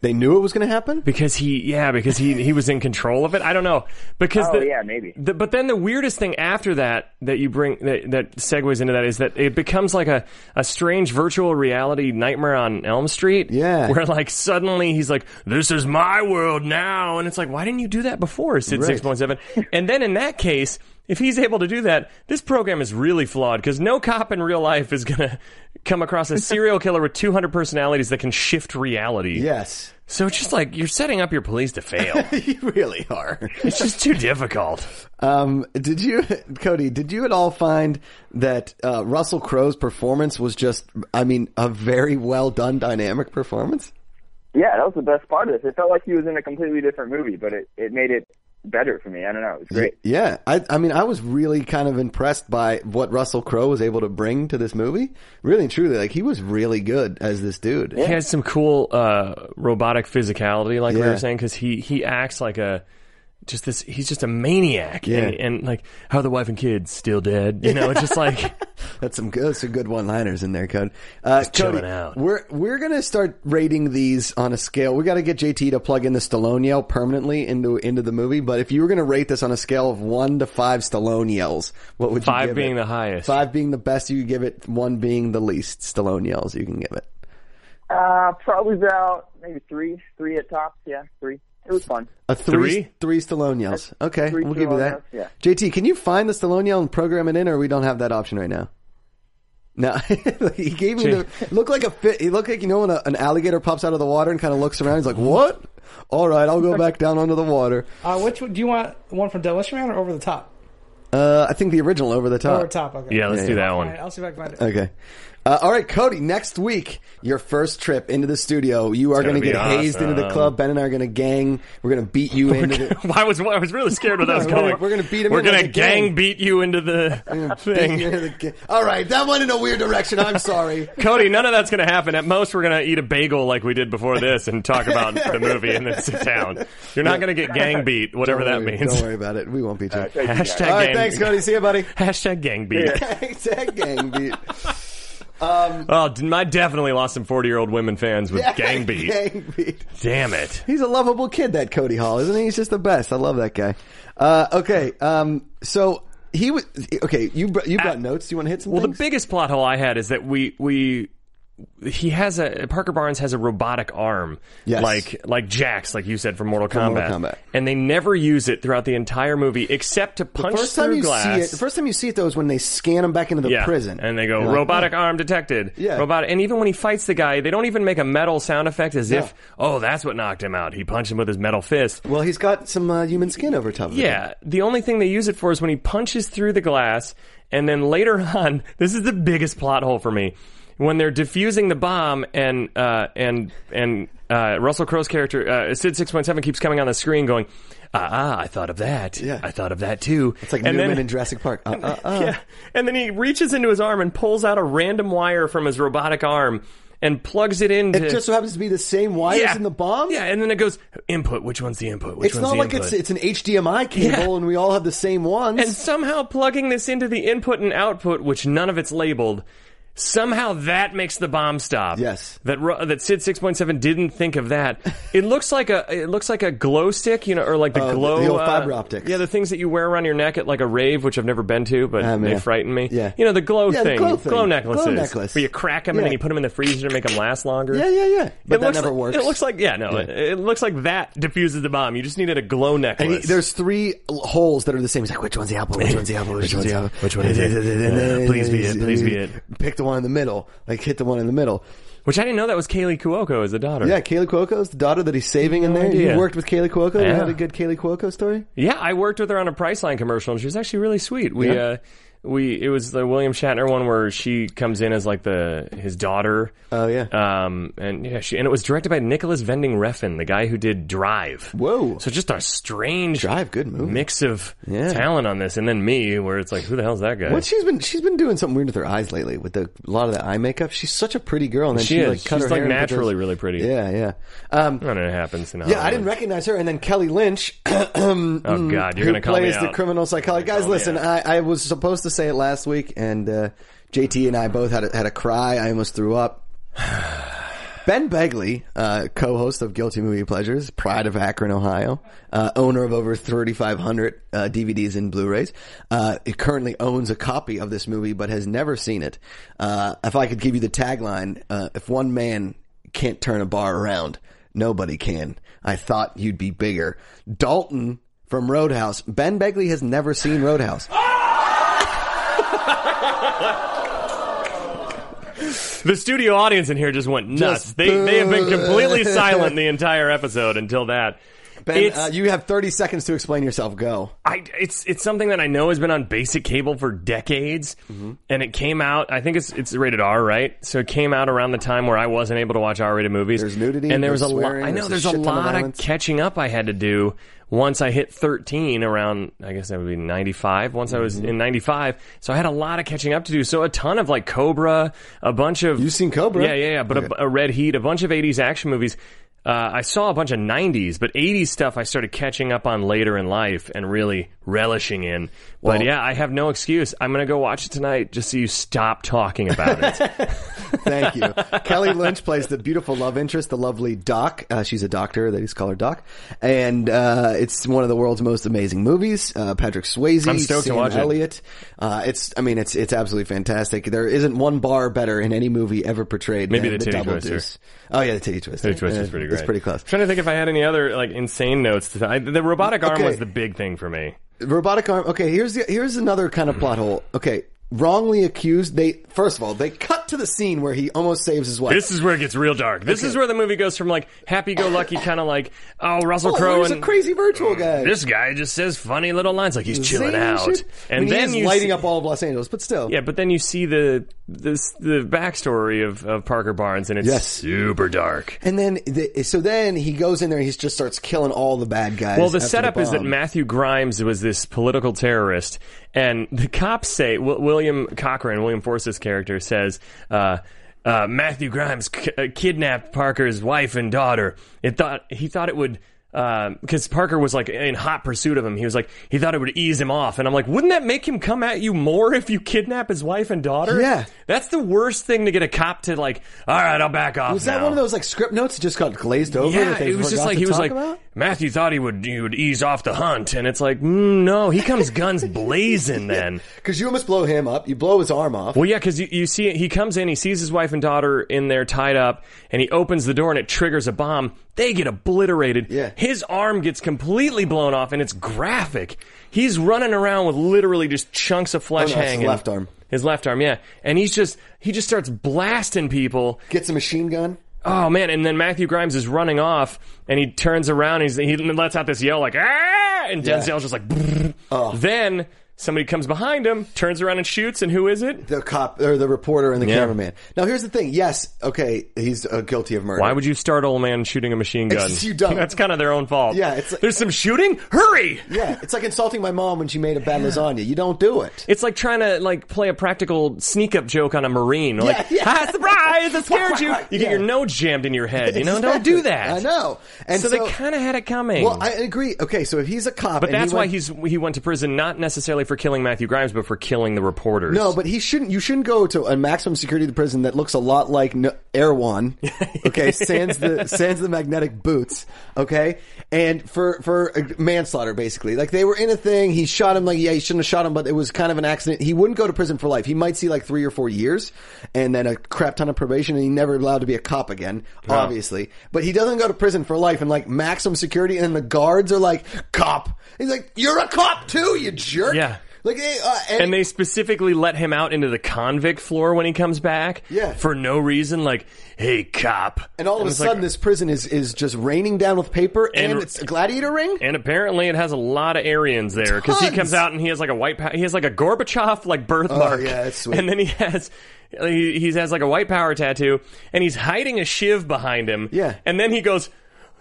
[SPEAKER 3] They knew it was going to happen.
[SPEAKER 4] because he yeah because he he was in control of it i don't know because
[SPEAKER 8] Oh
[SPEAKER 4] the,
[SPEAKER 8] yeah, maybe.
[SPEAKER 4] the, but then the weirdest thing after that that you bring that, that segues into that is that it becomes like a, a strange virtual reality nightmare on Elm Street.
[SPEAKER 3] Yeah.
[SPEAKER 4] Where like suddenly he's like, This is my world now and it's like, why didn't you do that before, Sid
[SPEAKER 3] Right.
[SPEAKER 4] six point seven? And then in that case, if he's able to do that, this program is really flawed because no cop in real life is gonna come across a serial killer with two hundred personalities that can shift reality.
[SPEAKER 3] Yes,
[SPEAKER 4] So it's just like you're setting up your police to fail.
[SPEAKER 3] you really are.
[SPEAKER 4] it's just too difficult.
[SPEAKER 3] Um, did you, Cody? Did you at all find that uh, Russell Crowe's performance was just, I mean, a very well done dynamic performance?
[SPEAKER 8] Yeah, that was the best part of this. It felt like he was in a completely different movie, but it it made it better for me. I don't know, it was great.
[SPEAKER 3] Yeah, I, I mean, I was really kind of impressed by what Russell Crowe was able to bring to this movie. Really, and truly, like he was really good as this dude.
[SPEAKER 4] He has some cool uh, robotic physicality, like we
[SPEAKER 3] Yeah.
[SPEAKER 4] were saying, because he he acts like a just this. He's just a maniac,
[SPEAKER 3] Yeah.
[SPEAKER 4] and, and like how are the wife and kids still dead. You know, it's just like
[SPEAKER 3] That's some good, some good one-liners in there, Cody. Uh, Cody,
[SPEAKER 4] chilling out.
[SPEAKER 3] we're we're gonna start rating these on a scale. We got to get JT to plug in the Stallone yell permanently into into the movie. But if you were gonna rate this on a scale of one to five Stallone yells, what would you
[SPEAKER 4] five
[SPEAKER 3] give
[SPEAKER 4] being
[SPEAKER 3] it?
[SPEAKER 4] the highest.
[SPEAKER 3] Five being the best you could give it, one being the least Stallone yells you can give it.
[SPEAKER 8] Uh, probably about maybe three, three at tops. Yeah, three. It was fun.
[SPEAKER 3] A three,
[SPEAKER 4] Three?
[SPEAKER 3] three Stallone yells. Okay,
[SPEAKER 8] three
[SPEAKER 3] we'll give you
[SPEAKER 8] Stallone
[SPEAKER 3] that.
[SPEAKER 8] yells,
[SPEAKER 3] JT, can you find the Stallone yell and program it in, or we don't have that option right now? No, he gave me the look like a fit. He looked like you know when a, an alligator pops out of the water and kind of looks around. He's like, "What? All right, I'll go back down onto the water."
[SPEAKER 5] Uh, which one- do you want? One from Demolition Man or Over the Top?
[SPEAKER 3] Uh, I think the original over the top.
[SPEAKER 5] Over the Top. Okay.
[SPEAKER 4] yeah, let's
[SPEAKER 3] Yeah,
[SPEAKER 4] do
[SPEAKER 3] yeah.
[SPEAKER 4] that
[SPEAKER 5] All
[SPEAKER 4] one.
[SPEAKER 5] right, I'll see if I can find it.
[SPEAKER 3] Okay. Uh, all right, Cody. Next week, your first trip into the studio. You are going to
[SPEAKER 4] gonna
[SPEAKER 3] get
[SPEAKER 4] be
[SPEAKER 3] hazed into the
[SPEAKER 4] awesome.
[SPEAKER 3] club. Ben and I are going to gang. We're going to beat you into the.
[SPEAKER 4] I was I was really scared where that was
[SPEAKER 3] We're gonna-
[SPEAKER 4] going.
[SPEAKER 3] we're gonna beat him
[SPEAKER 4] We're
[SPEAKER 3] in
[SPEAKER 4] gonna
[SPEAKER 3] like a
[SPEAKER 4] gang
[SPEAKER 3] gang.
[SPEAKER 4] beat you into the
[SPEAKER 3] beat you
[SPEAKER 4] thing.
[SPEAKER 3] into the ga- All right, that went in a weird direction. I'm sorry.
[SPEAKER 4] Cody, none of that's gonna happen. At most, we're gonna eat a bagel like we did before this and talk about the movie and then sit down. You're not gonna get gang beat, whatever
[SPEAKER 3] Don't
[SPEAKER 4] that
[SPEAKER 3] worry,
[SPEAKER 4] means.
[SPEAKER 3] Don't worry about it. We won't beat you.
[SPEAKER 8] Thank you, guys.
[SPEAKER 4] Hashtag
[SPEAKER 3] All right,
[SPEAKER 4] gang.
[SPEAKER 3] thanks, Cody. See you, buddy.
[SPEAKER 4] Hashtag gang beat.
[SPEAKER 3] Hashtag gang beat.
[SPEAKER 4] Oh, d- I definitely lost some 40 year old women fans with gang beat.
[SPEAKER 3] Gang beat.
[SPEAKER 4] Damn it.
[SPEAKER 3] He's a lovable kid, that Cody Hall, isn't he? He's just the best. I love that guy. Uh, okay, um, so he was okay. You br- you brought notes. Do you want to hit some?
[SPEAKER 4] Uh, Well, the
[SPEAKER 3] things?
[SPEAKER 4] biggest plot hole I had is that we we he has a Parker Barnes has a robotic arm,
[SPEAKER 3] Yes.
[SPEAKER 4] like like Jax, like you said from Mortal,
[SPEAKER 3] Mortal
[SPEAKER 4] Kombat.
[SPEAKER 3] Kombat.
[SPEAKER 4] and they never use it throughout the entire movie except to punch
[SPEAKER 3] first
[SPEAKER 4] through
[SPEAKER 3] time you
[SPEAKER 4] glass.
[SPEAKER 3] see it, the first time you see it though is when they scan him back into the
[SPEAKER 4] yeah.
[SPEAKER 3] prison,
[SPEAKER 4] and they go
[SPEAKER 3] You're like,
[SPEAKER 4] robotic arm detected.
[SPEAKER 3] Yeah.
[SPEAKER 4] robotic. And even when he fights the guy, they don't even make a metal sound effect as if oh that's what knocked him out. He punched him with his metal fist.
[SPEAKER 3] Well, he's got some uh, human skin over top. Of
[SPEAKER 4] Yeah, the only thing they use it for is when he punches through the glass, and then later on, this is the biggest plot hole for me. When they're defusing the bomb, and uh, and and uh, Russell Crowe's character uh, Sid Six Point Seven keeps coming on the screen, going, "Ah, ah, I thought of that.
[SPEAKER 3] Yeah.
[SPEAKER 4] I thought of that too."
[SPEAKER 3] It's like
[SPEAKER 4] and
[SPEAKER 3] Newman
[SPEAKER 4] then,
[SPEAKER 3] in Jurassic Park. Uh, uh, uh.
[SPEAKER 4] yeah, and then he reaches into his arm and pulls out a random wire from his robotic arm and plugs it into.
[SPEAKER 3] It just so happens to be the same wires
[SPEAKER 4] yeah.
[SPEAKER 3] in the bomb.
[SPEAKER 4] Yeah, and then it goes input. Which one's the input? Which
[SPEAKER 3] It's
[SPEAKER 4] one's
[SPEAKER 3] not
[SPEAKER 4] the
[SPEAKER 3] like
[SPEAKER 4] input?
[SPEAKER 3] it's it's an HDMI cable
[SPEAKER 4] Yeah.
[SPEAKER 3] and we all have the same ones.
[SPEAKER 4] And somehow plugging this into the input and output, which none of it's labeled, somehow that makes the bomb stop.
[SPEAKER 3] Yes.
[SPEAKER 4] That ru- that Sid six point seven didn't think of that. It looks like a it looks like a glow stick, you know, or like the
[SPEAKER 3] Oh, the-
[SPEAKER 4] glow
[SPEAKER 3] the old
[SPEAKER 4] uh,
[SPEAKER 3] fiber optics.
[SPEAKER 4] Yeah, the things that you wear around your neck at like a rave, which I've never been to, but
[SPEAKER 3] Um,
[SPEAKER 4] they
[SPEAKER 3] yeah.
[SPEAKER 4] frighten me.
[SPEAKER 3] Yeah.
[SPEAKER 4] You know the glow
[SPEAKER 3] Yeah, the
[SPEAKER 4] thing,
[SPEAKER 3] glow thing. Glow
[SPEAKER 4] necklaces,
[SPEAKER 3] necklace.
[SPEAKER 4] where you crack them
[SPEAKER 3] Yeah.
[SPEAKER 4] and then you put them in the freezer to make them last longer.
[SPEAKER 3] yeah, yeah, yeah. But
[SPEAKER 4] it
[SPEAKER 3] that
[SPEAKER 4] looks
[SPEAKER 3] never
[SPEAKER 4] like,
[SPEAKER 3] works.
[SPEAKER 4] It looks like yeah, no,
[SPEAKER 3] Yeah.
[SPEAKER 4] It, it looks like that diffuses the bomb. You just needed a glow necklace.
[SPEAKER 3] And he, there's three l- holes that are the same. He's like, which one's the apple? Which one's the apple? Which, one's the apple?
[SPEAKER 4] which one is it? Uh, please be it, please be it.
[SPEAKER 3] Pick the one in the middle. Like, hit the one in the middle.
[SPEAKER 4] Which I didn't know that was Kaylee Cuoco as the daughter.
[SPEAKER 3] Yeah, Kaylee Cuoco's the daughter that he's saving in
[SPEAKER 4] No
[SPEAKER 3] there.
[SPEAKER 4] idea.
[SPEAKER 3] You worked with Kaylee Cuoco. You
[SPEAKER 4] Yeah.
[SPEAKER 3] had a good Kaylee Cuoco story.
[SPEAKER 4] Yeah, I worked with her on a Priceline commercial, and she was actually really sweet. We,
[SPEAKER 3] Yeah.
[SPEAKER 4] uh, we, it was the William Shatner one where she comes in as like the his daughter.
[SPEAKER 3] Oh, yeah.
[SPEAKER 4] Um, and yeah, she and it was directed by Nicholas Vending Refn, the guy who did Drive.
[SPEAKER 3] Whoa.
[SPEAKER 4] So just a strange
[SPEAKER 3] Drive, good movie.
[SPEAKER 4] mix of
[SPEAKER 3] Yeah.
[SPEAKER 4] talent on this, and then me, where it's like, who the hell's that guy?
[SPEAKER 3] What she's been she's been doing something weird with her eyes lately with the, a lot of the eye makeup. She's such a pretty girl, and then she,
[SPEAKER 4] She is.
[SPEAKER 3] like cut
[SPEAKER 4] She's,
[SPEAKER 3] her
[SPEAKER 4] like,
[SPEAKER 3] hair and put
[SPEAKER 4] naturally
[SPEAKER 3] those-
[SPEAKER 4] really pretty.
[SPEAKER 3] Yeah, yeah, um,
[SPEAKER 4] I don't know, it happens. In
[SPEAKER 3] yeah. I
[SPEAKER 4] Hollywood.
[SPEAKER 3] didn't recognize her, and then Kelly Lynch, oh
[SPEAKER 4] Oh God, you're
[SPEAKER 3] who
[SPEAKER 4] gonna call
[SPEAKER 3] plays
[SPEAKER 4] me
[SPEAKER 3] the
[SPEAKER 4] out.
[SPEAKER 3] criminal psychologist. Guys,
[SPEAKER 4] me
[SPEAKER 3] listen, I, I was supposed to say it last week, and uh, JT and I both had a, had a cry. I almost threw up. Ben Begley, uh, co-host of Guilty Movie Pleasures, Pride of Akron, Ohio, uh, owner of over 3,500 uh, DVDs and Blu-rays, uh, he currently owns a copy of this movie but has never seen it. Uh, if I could give you the tagline, uh, if one man can't turn a bar around, nobody can. I thought you'd be bigger. Dalton from Roadhouse. Ben Begley has never seen Roadhouse.
[SPEAKER 4] The studio audience in here just went nuts.
[SPEAKER 3] Just
[SPEAKER 4] they they have been
[SPEAKER 3] boo.
[SPEAKER 4] completely silent the entire episode until that.
[SPEAKER 3] Ben,
[SPEAKER 4] It's-
[SPEAKER 3] uh, you have 30 seconds to explain yourself. Go.
[SPEAKER 4] I, it's it's something that I know has been on basic cable for decades,
[SPEAKER 3] Mm-hmm.
[SPEAKER 4] and it came out. I think it's it's rated R, right? So it came out around the time where I wasn't able to watch R-rated movies.
[SPEAKER 3] There's nudity,
[SPEAKER 4] and there
[SPEAKER 3] there's
[SPEAKER 4] was a lot.
[SPEAKER 3] swearing,
[SPEAKER 4] I know
[SPEAKER 3] there's
[SPEAKER 4] there's
[SPEAKER 3] a
[SPEAKER 4] a
[SPEAKER 3] shit ton of
[SPEAKER 4] lot of
[SPEAKER 3] violence.
[SPEAKER 4] catching up I had to do once I hit 13 around. I guess that would be 95. Once I was
[SPEAKER 3] Mm-hmm.
[SPEAKER 4] in 95, so I had a lot of catching up to do. So a ton of like Cobra, a bunch of
[SPEAKER 3] You've seen Cobra?
[SPEAKER 4] yeah, yeah, yeah. But
[SPEAKER 3] Okay.
[SPEAKER 4] a, a Red Heat, a bunch of 80s action movies. Uh, I saw a bunch of 90s, but 80s stuff I started catching up on later in life and really relishing in.
[SPEAKER 3] Well-
[SPEAKER 4] but yeah, I have no excuse. I'm going to go watch it tonight just so you stop talking about it.
[SPEAKER 3] Thank you. Kelly Lynch plays the beautiful love interest, the lovely Doc. Uh, she's a doctor. They just call her Doc. And uh, it's one of the world's most amazing movies. Uh, Patrick Swayze,
[SPEAKER 4] I'm stoked to
[SPEAKER 3] Sam
[SPEAKER 4] watch it.
[SPEAKER 3] Elliott. Uh, it's, I mean, it's it's absolutely fantastic. There isn't one bar better in any movie ever portrayed.
[SPEAKER 4] Maybe
[SPEAKER 3] than
[SPEAKER 4] the
[SPEAKER 3] the
[SPEAKER 4] titty
[SPEAKER 3] double
[SPEAKER 4] twister.
[SPEAKER 3] deuce. Oh yeah, the titty twist.
[SPEAKER 4] Titty Twist is pretty great.
[SPEAKER 3] It's pretty close.
[SPEAKER 4] I'm trying to think if I had any other like insane notes. To I, the robotic arm
[SPEAKER 3] Okay.
[SPEAKER 4] was the big thing for me.
[SPEAKER 3] Robotic arm. Okay, here's the, here's another kind of plot hole. Okay, wrongly accused. They first of all they cut to the scene where he almost saves his wife.
[SPEAKER 4] This is where it gets real dark. This is where the movie goes from like happy-go-lucky, kind of like oh Russell
[SPEAKER 3] oh,
[SPEAKER 4] Crowe
[SPEAKER 3] there's
[SPEAKER 4] and
[SPEAKER 3] a crazy virtual guy.
[SPEAKER 4] this guy just says funny little lines like he's chilling
[SPEAKER 3] Zing
[SPEAKER 4] out,
[SPEAKER 3] shit. I
[SPEAKER 4] and
[SPEAKER 3] mean, he
[SPEAKER 4] then
[SPEAKER 3] is
[SPEAKER 4] you
[SPEAKER 3] lighting
[SPEAKER 4] see-
[SPEAKER 3] up all of Los Angeles, but still,
[SPEAKER 4] Yeah, but then you see the this, the backstory of, of Parker Barnes, and it's
[SPEAKER 3] Yes.
[SPEAKER 4] super dark.
[SPEAKER 3] And then, the, so then he goes in there. and He just starts killing all the bad guys.
[SPEAKER 4] Well, the
[SPEAKER 3] after
[SPEAKER 4] setup is that
[SPEAKER 3] bomb.
[SPEAKER 4] Matthew Grimes was this political terrorist, and the cops say w- William Cochran, William Force's character, says. Uh, uh, Matthew Grimes k- uh, kidnapped Parker's wife and daughter. It thought he thought it would because Parker was like in hot pursuit of him. He was like he thought it would ease him off, and I'm like, wouldn't that make him come at you more if you kidnap his wife and daughter?
[SPEAKER 3] Yeah.
[SPEAKER 4] that's the worst thing to get a cop to like. All right, I'll back off.
[SPEAKER 3] was that
[SPEAKER 4] now."
[SPEAKER 3] one of those like script notes that just got glazed over? that
[SPEAKER 4] Yeah,
[SPEAKER 3] they
[SPEAKER 4] it was just
[SPEAKER 3] forgot
[SPEAKER 4] like
[SPEAKER 3] to
[SPEAKER 4] he was
[SPEAKER 3] talk
[SPEAKER 4] like
[SPEAKER 3] about?
[SPEAKER 4] Matthew thought he would he would ease off the hunt, and it's like mm, no, he comes guns blazing. Then
[SPEAKER 3] because you almost blow him up. You blow his arm off.
[SPEAKER 4] well, yeah, because you, you see he comes in, he sees his wife and daughter in there tied up, and he opens the door and it triggers a bomb. They get obliterated.
[SPEAKER 3] Yeah.
[SPEAKER 4] his arm gets completely blown off, and it's graphic. He's running around with literally just chunks of flesh
[SPEAKER 3] Oh, no, it's his
[SPEAKER 4] hanging.
[SPEAKER 3] left arm.
[SPEAKER 4] His left arm, yeah, and he's just he just starts blasting people.
[SPEAKER 3] Gets a machine gun.
[SPEAKER 4] Oh man! And then Matthew Grimes is running off, and he turns around. And he's, he lets out this yell like "ah!" and
[SPEAKER 3] Yeah. Oh.
[SPEAKER 4] Denzel's just like. "Brrr." Then somebody comes behind him, turns around and shoots. And who is it?
[SPEAKER 3] The cop or the reporter and the
[SPEAKER 4] Yeah.
[SPEAKER 3] cameraman. Now here's the thing. Yes, okay, he's uh, guilty of murder.
[SPEAKER 4] Why would you startle a man shooting a machine gun?
[SPEAKER 3] It's- you don't.
[SPEAKER 4] That's kind of their own fault.
[SPEAKER 3] Yeah, it's like-
[SPEAKER 4] there's some shooting. Hurry!
[SPEAKER 3] Yeah, it's like insulting my mom when she made a bad lasagna. You don't do it.
[SPEAKER 4] It's like trying to like play a practical sneak up joke on a marine. Like,
[SPEAKER 3] yeah.
[SPEAKER 4] ah, surprise! I scared you. You get
[SPEAKER 3] Yeah.
[SPEAKER 4] your nose jammed in your head. You know, don't
[SPEAKER 3] Exactly.
[SPEAKER 4] do that.
[SPEAKER 3] I know. And
[SPEAKER 4] so, they kind of had it coming.
[SPEAKER 3] Well, I agree. Okay, so if he's a cop,
[SPEAKER 4] But
[SPEAKER 3] and he
[SPEAKER 4] that's why
[SPEAKER 3] went-
[SPEAKER 4] he's he went to prison not necessarily for killing Matthew Grimes, but for killing the reporters.
[SPEAKER 3] No, but he shouldn't. You shouldn't go to a maximum security prison that looks a lot like N- Erewhon. Okay, sans the sans the magnetic boots. Okay, and for for uh, manslaughter basically, like they were in a thing. He shot him. Like yeah, he shouldn't have shot him, but it was kind of an accident. He wouldn't go to prison for life. He might see like three or four years, and then a crap ton of probation, and he never allowed to be a cop again. Obviously, but he doesn't go to prison for life and like maximum security, and then the guards are like cop. He's like, you're a cop too, you jerk.
[SPEAKER 4] Yeah.
[SPEAKER 3] Like, hey, uh,
[SPEAKER 4] and they specifically let him out into the convict floor when he comes back.
[SPEAKER 3] Yeah.
[SPEAKER 4] for no reason. Like, hey, cop.
[SPEAKER 3] And all of a
[SPEAKER 4] it's like-
[SPEAKER 3] sudden, this prison is, is just raining down with paper, and,
[SPEAKER 4] And-
[SPEAKER 3] it's a gladiator ring.
[SPEAKER 4] And apparently, it has a lot of Aryans there because he
[SPEAKER 3] Tons.
[SPEAKER 4] comes out and he has like a white. pow- He has like a Gorbachev like birthmark.
[SPEAKER 3] Oh, yeah, that's sweet.
[SPEAKER 4] And then he has. He, he has like a white power tattoo, and he's hiding a shiv behind him.
[SPEAKER 3] Yeah.
[SPEAKER 4] and then he goes,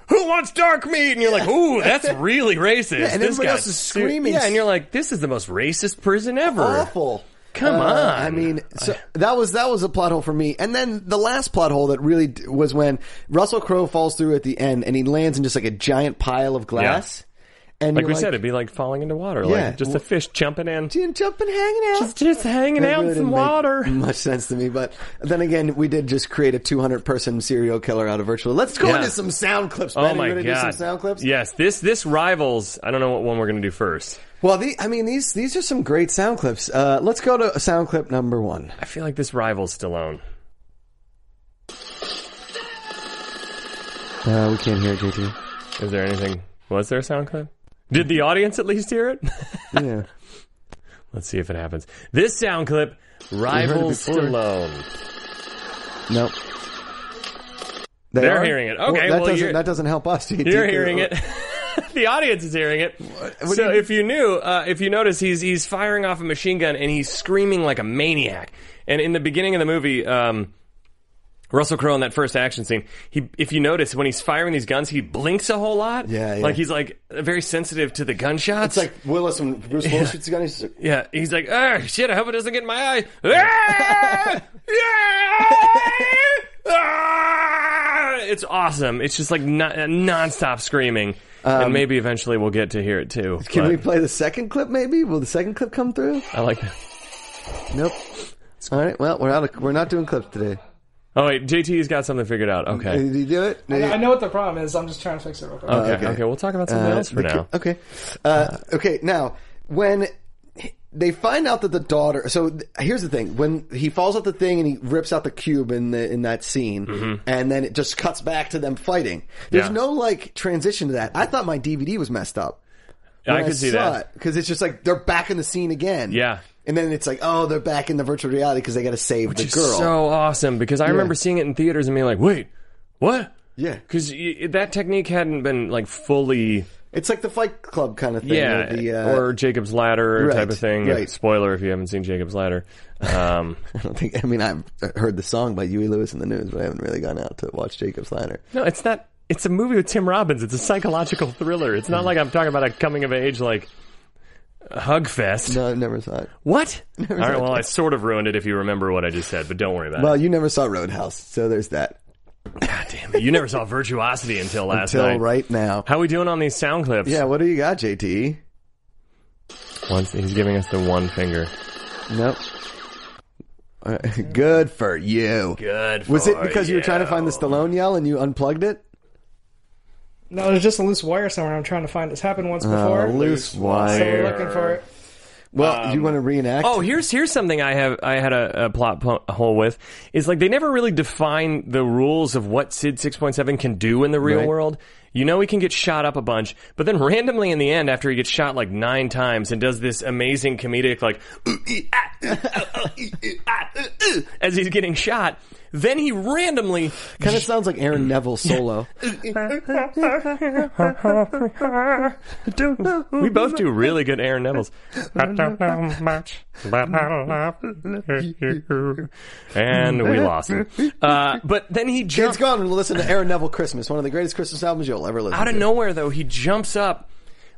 [SPEAKER 4] "Who wants dark meat?" And you're like, "Ooh, that's really racist."
[SPEAKER 3] and
[SPEAKER 4] This
[SPEAKER 3] everybody
[SPEAKER 4] guy-
[SPEAKER 3] else is screaming.
[SPEAKER 4] Yeah, and you're like, "This is the most racist prison ever."
[SPEAKER 3] Awful.
[SPEAKER 4] Come
[SPEAKER 3] Uh,
[SPEAKER 4] on.
[SPEAKER 3] I mean, so that was that was a plot hole for me. And then the last plot hole that really d- was when Russell Crowe falls through at the end, and he lands in just like a giant pile of glass. And
[SPEAKER 4] Like
[SPEAKER 3] you're
[SPEAKER 4] we said, it'd be like falling into water,
[SPEAKER 3] Yeah.
[SPEAKER 4] like just a fish jumping in.
[SPEAKER 3] "Didn't jump and hanging out.
[SPEAKER 4] Just, just hanging
[SPEAKER 3] That
[SPEAKER 4] out
[SPEAKER 3] really
[SPEAKER 4] in
[SPEAKER 3] didn't
[SPEAKER 4] some
[SPEAKER 3] make
[SPEAKER 4] water.
[SPEAKER 3] Much sense to me, but then again, we did just create a 200 person serial killer out of virtual. Let's go
[SPEAKER 4] Yeah.
[SPEAKER 3] into some sound clips.
[SPEAKER 4] Oh
[SPEAKER 3] Matt. Are you
[SPEAKER 4] my
[SPEAKER 3] ready to do
[SPEAKER 4] god!
[SPEAKER 3] some sound clips.
[SPEAKER 4] Yes, this this rivals. I don't know what one we're gonna do first.
[SPEAKER 3] Well, the, I mean, these these are some great sound clips. Uh, let's go to sound clip number one.
[SPEAKER 4] I feel like this rivals Stallone.
[SPEAKER 3] Uh, we can't hear it, JT.
[SPEAKER 4] Is there anything? Was there a sound clip? Did the audience at least hear it?
[SPEAKER 3] Yeah.
[SPEAKER 4] Let's see if it happens. This sound clip rivals
[SPEAKER 3] before.
[SPEAKER 4] Stallone.
[SPEAKER 3] nope. They
[SPEAKER 4] They're hearing it. Okay,
[SPEAKER 3] that
[SPEAKER 4] well,
[SPEAKER 3] doesn't
[SPEAKER 4] you're-
[SPEAKER 3] that doesn't help us. JT.
[SPEAKER 4] You're hearing it. the audience is hearing it.
[SPEAKER 3] What
[SPEAKER 4] so
[SPEAKER 3] do you-
[SPEAKER 4] if you knew, uh, if you notice, he's he's firing off a machine gun and he's screaming like a maniac. And in the beginning of the movie, um, Russell Crowe in that first action scene, he if you notice when he's firing these guns, he blinks a whole lot.
[SPEAKER 3] Yeah, yeah.
[SPEAKER 4] like he's like very sensitive to the gunshots.
[SPEAKER 3] It's like Willis when Bruce Willis shoots a gun. He's just,
[SPEAKER 4] yeah, he's like, oh shit, I hope it doesn't get in my eye. Ah! Yeah! Ah! It's awesome. It's just like non- nonstop screaming, and maybe eventually we'll get to hear it too.
[SPEAKER 3] Um, can
[SPEAKER 4] but
[SPEAKER 3] we play the second clip? Maybe will the second clip come through?
[SPEAKER 4] I like that.
[SPEAKER 3] Nope. All right. Well, we're out. Of, we're not doing clips today.
[SPEAKER 4] Oh wait, JT's got something figured out. Okay,
[SPEAKER 3] Did you do it?
[SPEAKER 5] I know what the problem is. I'm just trying to fix it real quick.
[SPEAKER 4] okay,
[SPEAKER 3] Uh, okay.
[SPEAKER 4] okay. We'll talk about something else Uh, for
[SPEAKER 3] the
[SPEAKER 4] now.
[SPEAKER 3] ki- Okay. Uh, okay. Now, when they find out that the daughter, so th- here's the thing: when he falls off the thing and he rips out the cube in the in that scene, and then it just cuts back to them fighting. There's
[SPEAKER 4] Mm-hmm. Yeah.
[SPEAKER 3] no like transition to that. I thought my DVD was messed up.
[SPEAKER 4] I could see that.
[SPEAKER 3] because it's just like they're back in the scene again.
[SPEAKER 4] Yeah.
[SPEAKER 3] and then it's like, oh, they're back in the virtual reality because they got to save the
[SPEAKER 4] It's
[SPEAKER 3] girl.
[SPEAKER 4] so awesome because I remember seeing it in theaters and being like, wait, what?
[SPEAKER 3] yeah,
[SPEAKER 4] Because y- that technique hadn't been like fully,
[SPEAKER 3] it's like the Fight Club kind of thing.
[SPEAKER 4] yeah,
[SPEAKER 3] or, the, uh,
[SPEAKER 4] or Jacob's Ladder
[SPEAKER 3] Right,
[SPEAKER 4] type of thing.
[SPEAKER 3] right.
[SPEAKER 4] Spoiler if you haven't seen Jacob's Ladder. Um,
[SPEAKER 3] I don't think. I mean, I've heard the song by Huey Lewis in the news, but I haven't really gone out to watch Jacob's Ladder.
[SPEAKER 4] no, it's not. It's a movie with Tim Robbins. It's a psychological thriller. It's
[SPEAKER 3] Hmm.
[SPEAKER 4] not like I'm talking about a coming of age like hug fest.
[SPEAKER 3] No, I never saw it.
[SPEAKER 4] What? All right. Well, I sort of ruined it if you remember what I just said, but don't worry about
[SPEAKER 3] Well, you never saw Roadhouse, so there's that.
[SPEAKER 4] it. You never saw Virtuosity until last
[SPEAKER 3] Till
[SPEAKER 4] night.
[SPEAKER 3] right now.
[SPEAKER 4] How we doing on these sound clips?
[SPEAKER 3] Yeah, what do you got, JT?
[SPEAKER 4] Once he's giving us the one finger.
[SPEAKER 3] Nope. All right. Good for you.
[SPEAKER 4] Good.
[SPEAKER 3] Was it because you. were trying to find the Stallone yell and you unplugged it?
[SPEAKER 5] No, there's just a loose wire somewhere. I'm trying to find. It's happened once before.
[SPEAKER 3] loose
[SPEAKER 5] So we're
[SPEAKER 3] wire.
[SPEAKER 5] looking for it.
[SPEAKER 3] Well, you want to reenact?
[SPEAKER 4] Oh, here's here's something I have I had a, a plot po- hole with is like they never really define the rules of what Sid 6.7 can do in the real
[SPEAKER 3] Right.
[SPEAKER 4] world. You know he can get shot up a bunch, but then randomly in the end after he gets shot like 9 times and does this amazing comedic like as he's getting shot, then he randomly
[SPEAKER 3] kind of sounds like Aaron Neville solo.
[SPEAKER 4] we both do really good Aaron Neville's. and we lost him. Uh, but then he
[SPEAKER 3] Kids
[SPEAKER 4] jumps
[SPEAKER 3] gone and listen to Aaron Neville Christmas, one of the greatest Christmas albums you'll ever listen
[SPEAKER 4] out
[SPEAKER 3] to.
[SPEAKER 4] of nowhere though he jumps up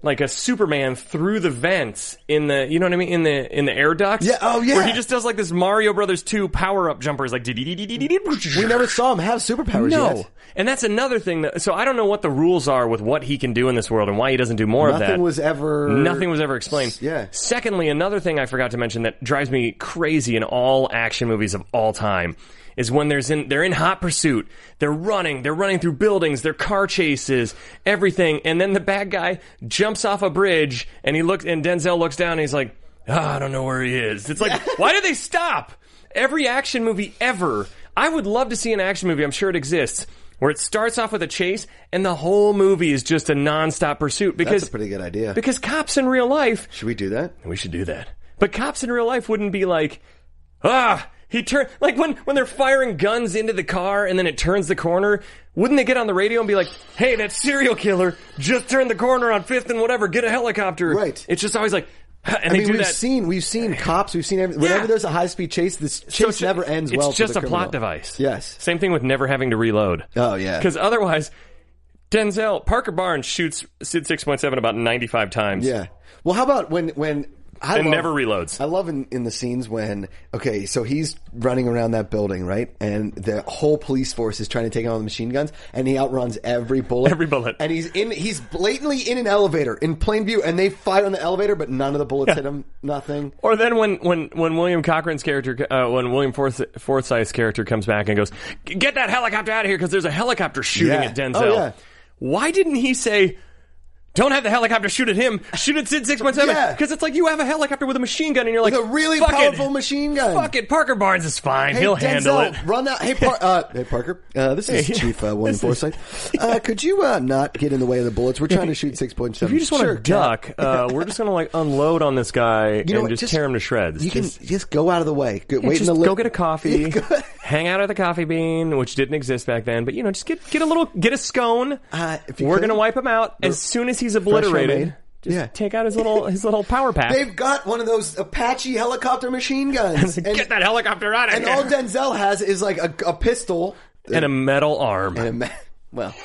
[SPEAKER 4] like a Superman through the vents in the you know what I mean in the in the air ducts.
[SPEAKER 3] Yeah, oh, yeah.
[SPEAKER 4] Where he just does like this Mario Brothers two power up jumpers like we
[SPEAKER 3] We never saw him have superpowers
[SPEAKER 4] no.
[SPEAKER 3] yet.
[SPEAKER 4] And that's another thing that so I don't know what the rules are with what he can do in this world and why he doesn't do more of that.
[SPEAKER 3] Nothing was ever.
[SPEAKER 4] Nothing was ever explained.
[SPEAKER 3] Yeah.
[SPEAKER 4] Secondly, another thing I forgot to mention that drives me crazy in all action movies of all time is when there's in they're in hot pursuit. They're running, they're running through buildings, their car chases, everything, and then the bad guy jumps off a bridge and he looks and Denzel looks down and he's like, "Ah, I don't know where he is. It's like, why did they stop? Every action movie ever. I would love to see an action movie, I'm sure it exists. Where it starts off with a chase and the whole movie is just a nonstop pursuit because
[SPEAKER 3] That's a pretty good idea.
[SPEAKER 4] because cops in real life,
[SPEAKER 3] Should we do that?
[SPEAKER 4] we should do that. But cops in real life wouldn't be like, ah, he turned, like when, when they're firing guns into the car and then it turns the corner, wouldn't they get on the radio and be like, hey, that serial killer just turned the corner on 5th and whatever, get a helicopter.
[SPEAKER 3] Right.
[SPEAKER 4] It's just always like, "Ah," and
[SPEAKER 3] I
[SPEAKER 4] they
[SPEAKER 3] mean,
[SPEAKER 4] do
[SPEAKER 3] we've
[SPEAKER 4] that.
[SPEAKER 3] seen we've seen cops, we've seen every, whenever there's a high speed chase, this
[SPEAKER 4] So
[SPEAKER 3] chase
[SPEAKER 4] it's-
[SPEAKER 3] never ends
[SPEAKER 4] it's
[SPEAKER 3] well. for
[SPEAKER 4] just
[SPEAKER 3] the
[SPEAKER 4] a plot
[SPEAKER 3] criminal.
[SPEAKER 4] device.
[SPEAKER 3] Yes.
[SPEAKER 4] Same thing with never having to reload.
[SPEAKER 3] Oh yeah.
[SPEAKER 4] Because otherwise, Denzel, Parker Barnes shoots Sid 6.7 about 95 times.
[SPEAKER 3] Yeah. Well, how about when when I
[SPEAKER 4] And
[SPEAKER 3] love-
[SPEAKER 4] never reloads.
[SPEAKER 3] I love in, in the scenes when okay, so he's running around that building, right? And the whole police force is trying to take him out with machine guns, and he outruns every bullet,
[SPEAKER 4] Every bullet.
[SPEAKER 3] and he's in he's blatantly in an elevator in plain view, and they fight on the elevator, but none of the bullets hit him. Nothing.
[SPEAKER 4] Or then when when when William Cochrane's character, uh, when William Forth- Forsythe's character comes back and goes, "Get that helicopter out of here!" because there's a helicopter shooting
[SPEAKER 3] Yeah.
[SPEAKER 4] at Denzel.
[SPEAKER 3] Oh, yeah.
[SPEAKER 4] Why didn't he say? Don't have the helicopter shoot at him. Shoot at Sid six point seven.
[SPEAKER 3] Yeah.
[SPEAKER 4] Because it's like you have a helicopter with a machine gun, and you're like
[SPEAKER 3] With a really
[SPEAKER 4] "Fuck it.
[SPEAKER 3] powerful machine gun."
[SPEAKER 4] Fuck it, Parker Barnes is fine.
[SPEAKER 3] Hey,
[SPEAKER 4] He'll
[SPEAKER 3] Denzel,
[SPEAKER 4] handle it.
[SPEAKER 3] Run out. Hey, Par- uh, hey Parker. Uh, this is
[SPEAKER 4] Hey.
[SPEAKER 3] Chief uh, William
[SPEAKER 4] This is-
[SPEAKER 3] Forsythe. Uh, could you uh, not get in the way of the bullets? We're trying to shoot six point seven.
[SPEAKER 4] If you just want to duck, uh, we're just gonna like unload on this guy
[SPEAKER 3] You know
[SPEAKER 4] and
[SPEAKER 3] what,
[SPEAKER 4] just, tear him to shreds.
[SPEAKER 3] You
[SPEAKER 4] Just-
[SPEAKER 3] can just go out of the way. Go, wait in
[SPEAKER 4] just
[SPEAKER 3] the li-
[SPEAKER 4] go get a coffee,
[SPEAKER 3] Go-
[SPEAKER 4] hang out at the coffee bean, which didn't exist back then. But you know, just get get a little get a scone.
[SPEAKER 3] Uh, if you
[SPEAKER 4] We're
[SPEAKER 3] could-
[SPEAKER 4] gonna wipe him out as soon as he's obliterated.
[SPEAKER 3] homemade.
[SPEAKER 4] Just
[SPEAKER 3] Yeah.
[SPEAKER 4] take out his little his little power pack.
[SPEAKER 3] They've got one of those Apache helicopter machine guns. and,
[SPEAKER 4] get that helicopter out of
[SPEAKER 3] and
[SPEAKER 4] here.
[SPEAKER 3] all Denzel has is like a, a pistol.
[SPEAKER 4] and a metal arm.
[SPEAKER 3] And a me- well,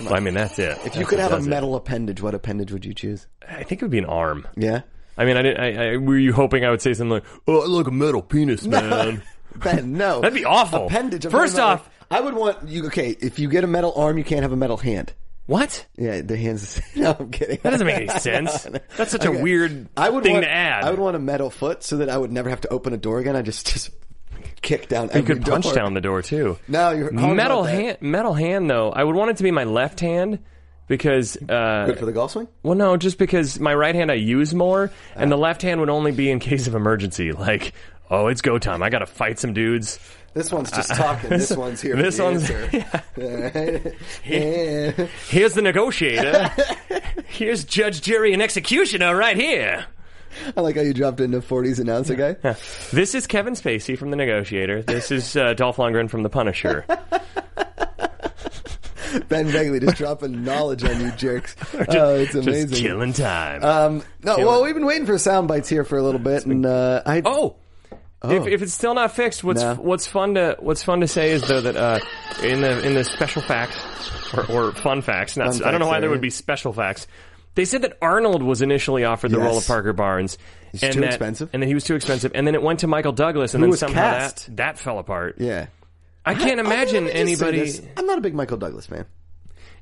[SPEAKER 4] Well, I mean, that's it.
[SPEAKER 3] if you could have a metal appendage, what appendage would you choose?
[SPEAKER 4] I think it would be an arm.
[SPEAKER 3] Yeah.
[SPEAKER 4] I mean, I didn't. I, I, were you hoping I would say something like, "Oh, I like a metal penis, man"?
[SPEAKER 3] Ben, no.
[SPEAKER 4] That'd be awful.
[SPEAKER 3] Appendage. I'm
[SPEAKER 4] First
[SPEAKER 3] talking about,
[SPEAKER 4] off-
[SPEAKER 3] like, I would want you. Okay, if you get a metal arm, you can't have a metal hand.
[SPEAKER 4] what?
[SPEAKER 3] Yeah, the hands. No, I'm kidding.
[SPEAKER 4] That doesn't make any sense. That's such a weird
[SPEAKER 3] I would
[SPEAKER 4] thing
[SPEAKER 3] want,
[SPEAKER 4] to add.
[SPEAKER 3] I would want a metal foot so that I would never have to open a door again. I just just kick down.
[SPEAKER 4] You could punch down the door too.
[SPEAKER 3] No, you're wrong
[SPEAKER 4] metal
[SPEAKER 3] about that.
[SPEAKER 4] hand. Metal hand though. I would want it to be my left hand because uh,
[SPEAKER 3] Good Ah. for the golf swing.
[SPEAKER 4] Well, no, just because my right hand I use more, and the left hand would only be in case of emergency. Like, oh, it's go time. I got to fight some dudes.
[SPEAKER 3] This one's just talking. This one's here.
[SPEAKER 4] Uh, This one's-
[SPEAKER 3] Yeah.
[SPEAKER 4] Here's the negotiator. Here's Judge, Jury, and Executioner right here.
[SPEAKER 3] I like how you dropped into 40s announcer guy.
[SPEAKER 4] This is Kevin Spacey from The Negotiator. This is uh, Dolph Lundgren from The Punisher.
[SPEAKER 3] Ben Begley just dropping knowledge on you jerks. Oh, it's amazing.
[SPEAKER 4] Just killing time.
[SPEAKER 3] Um, no, well, we've been waiting for sound bites here for a little bit, and uh, I
[SPEAKER 4] Oh. If, if it's still not fixed, what's
[SPEAKER 3] No.
[SPEAKER 4] what's fun to what's fun to say is though that uh, in the in the special facts or, or fun facts, not,
[SPEAKER 3] Fun
[SPEAKER 4] I don't
[SPEAKER 3] facts,
[SPEAKER 4] know
[SPEAKER 3] eh?
[SPEAKER 4] why there
[SPEAKER 3] yeah.
[SPEAKER 4] would be special facts. They said that Arnold was initially offered the
[SPEAKER 3] Yes.
[SPEAKER 4] role of Parker Barnes, He's and
[SPEAKER 3] too
[SPEAKER 4] that,
[SPEAKER 3] expensive.
[SPEAKER 4] and that he was too expensive, and then it went to Michael Douglas, and
[SPEAKER 3] Who
[SPEAKER 4] then
[SPEAKER 3] was
[SPEAKER 4] somehow
[SPEAKER 3] cast.
[SPEAKER 4] that that fell apart.
[SPEAKER 3] yeah.
[SPEAKER 4] I can't imagine
[SPEAKER 3] Let me just say
[SPEAKER 4] anybody.
[SPEAKER 3] this. I'm not a big Michael Douglas fan.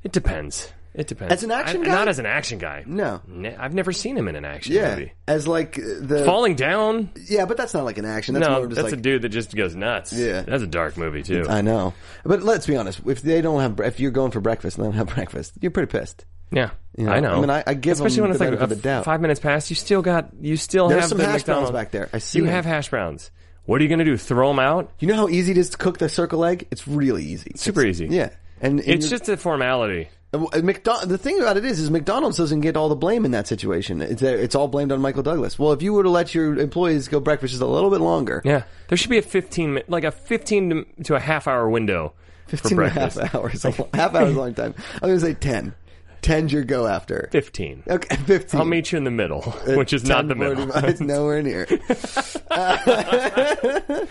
[SPEAKER 4] It depends. It depends.
[SPEAKER 3] As an action
[SPEAKER 4] I-
[SPEAKER 3] guy?
[SPEAKER 4] not as an action guy.
[SPEAKER 3] No.
[SPEAKER 4] Ne- I've never seen him in an action
[SPEAKER 3] Yeah,
[SPEAKER 4] movie.
[SPEAKER 3] as like uh, the
[SPEAKER 4] Falling down.
[SPEAKER 3] yeah, but that's not like an action. That's more
[SPEAKER 4] no,
[SPEAKER 3] just
[SPEAKER 4] that's
[SPEAKER 3] like
[SPEAKER 4] a dude that just goes nuts.
[SPEAKER 3] Yeah.
[SPEAKER 4] that's a dark movie too.
[SPEAKER 3] I know. But let's be honest. If they don't have, bre- if you're going for breakfast and they don't have breakfast, you're pretty pissed.
[SPEAKER 4] Yeah,
[SPEAKER 3] know,
[SPEAKER 4] I know.
[SPEAKER 3] I mean, I- I give
[SPEAKER 4] especially
[SPEAKER 3] them
[SPEAKER 4] when
[SPEAKER 3] the
[SPEAKER 4] it's like
[SPEAKER 3] benefit of
[SPEAKER 4] a
[SPEAKER 3] the doubt.
[SPEAKER 4] five minutes past. You still got. You still
[SPEAKER 3] There's
[SPEAKER 4] have
[SPEAKER 3] some
[SPEAKER 4] the
[SPEAKER 3] hash browns
[SPEAKER 4] McDonald's.
[SPEAKER 3] back there. I see
[SPEAKER 4] You
[SPEAKER 3] them.
[SPEAKER 4] have hash browns. What are you going to do? Throw them out?
[SPEAKER 3] You know how easy it is to cook the circle egg? It's really easy.
[SPEAKER 4] Super
[SPEAKER 3] It's-
[SPEAKER 4] easy.
[SPEAKER 3] Yeah. And, and
[SPEAKER 4] It's
[SPEAKER 3] you're-
[SPEAKER 4] just a formality.
[SPEAKER 3] Uh, McDo- the thing about it is, is McDonald's doesn't get all the blame in that situation. It's, uh, it's all blamed on Michael Douglas. Well, if you were to let your employees go breakfast just a little bit longer,
[SPEAKER 4] Yeah, there should be a fifteen, mi- like a fifteen to, to a half hour window
[SPEAKER 3] 15
[SPEAKER 4] for
[SPEAKER 3] and a half
[SPEAKER 4] breakfast.
[SPEAKER 3] hours, a lo- half hours, a long time. I'm gonna say ten. Ten's your go after.
[SPEAKER 4] Fifteen.
[SPEAKER 3] Okay, fifteen.
[SPEAKER 4] I'll meet you in the middle, which is not the
[SPEAKER 3] 10, 40
[SPEAKER 4] middle.
[SPEAKER 3] It's nowhere near. Uh,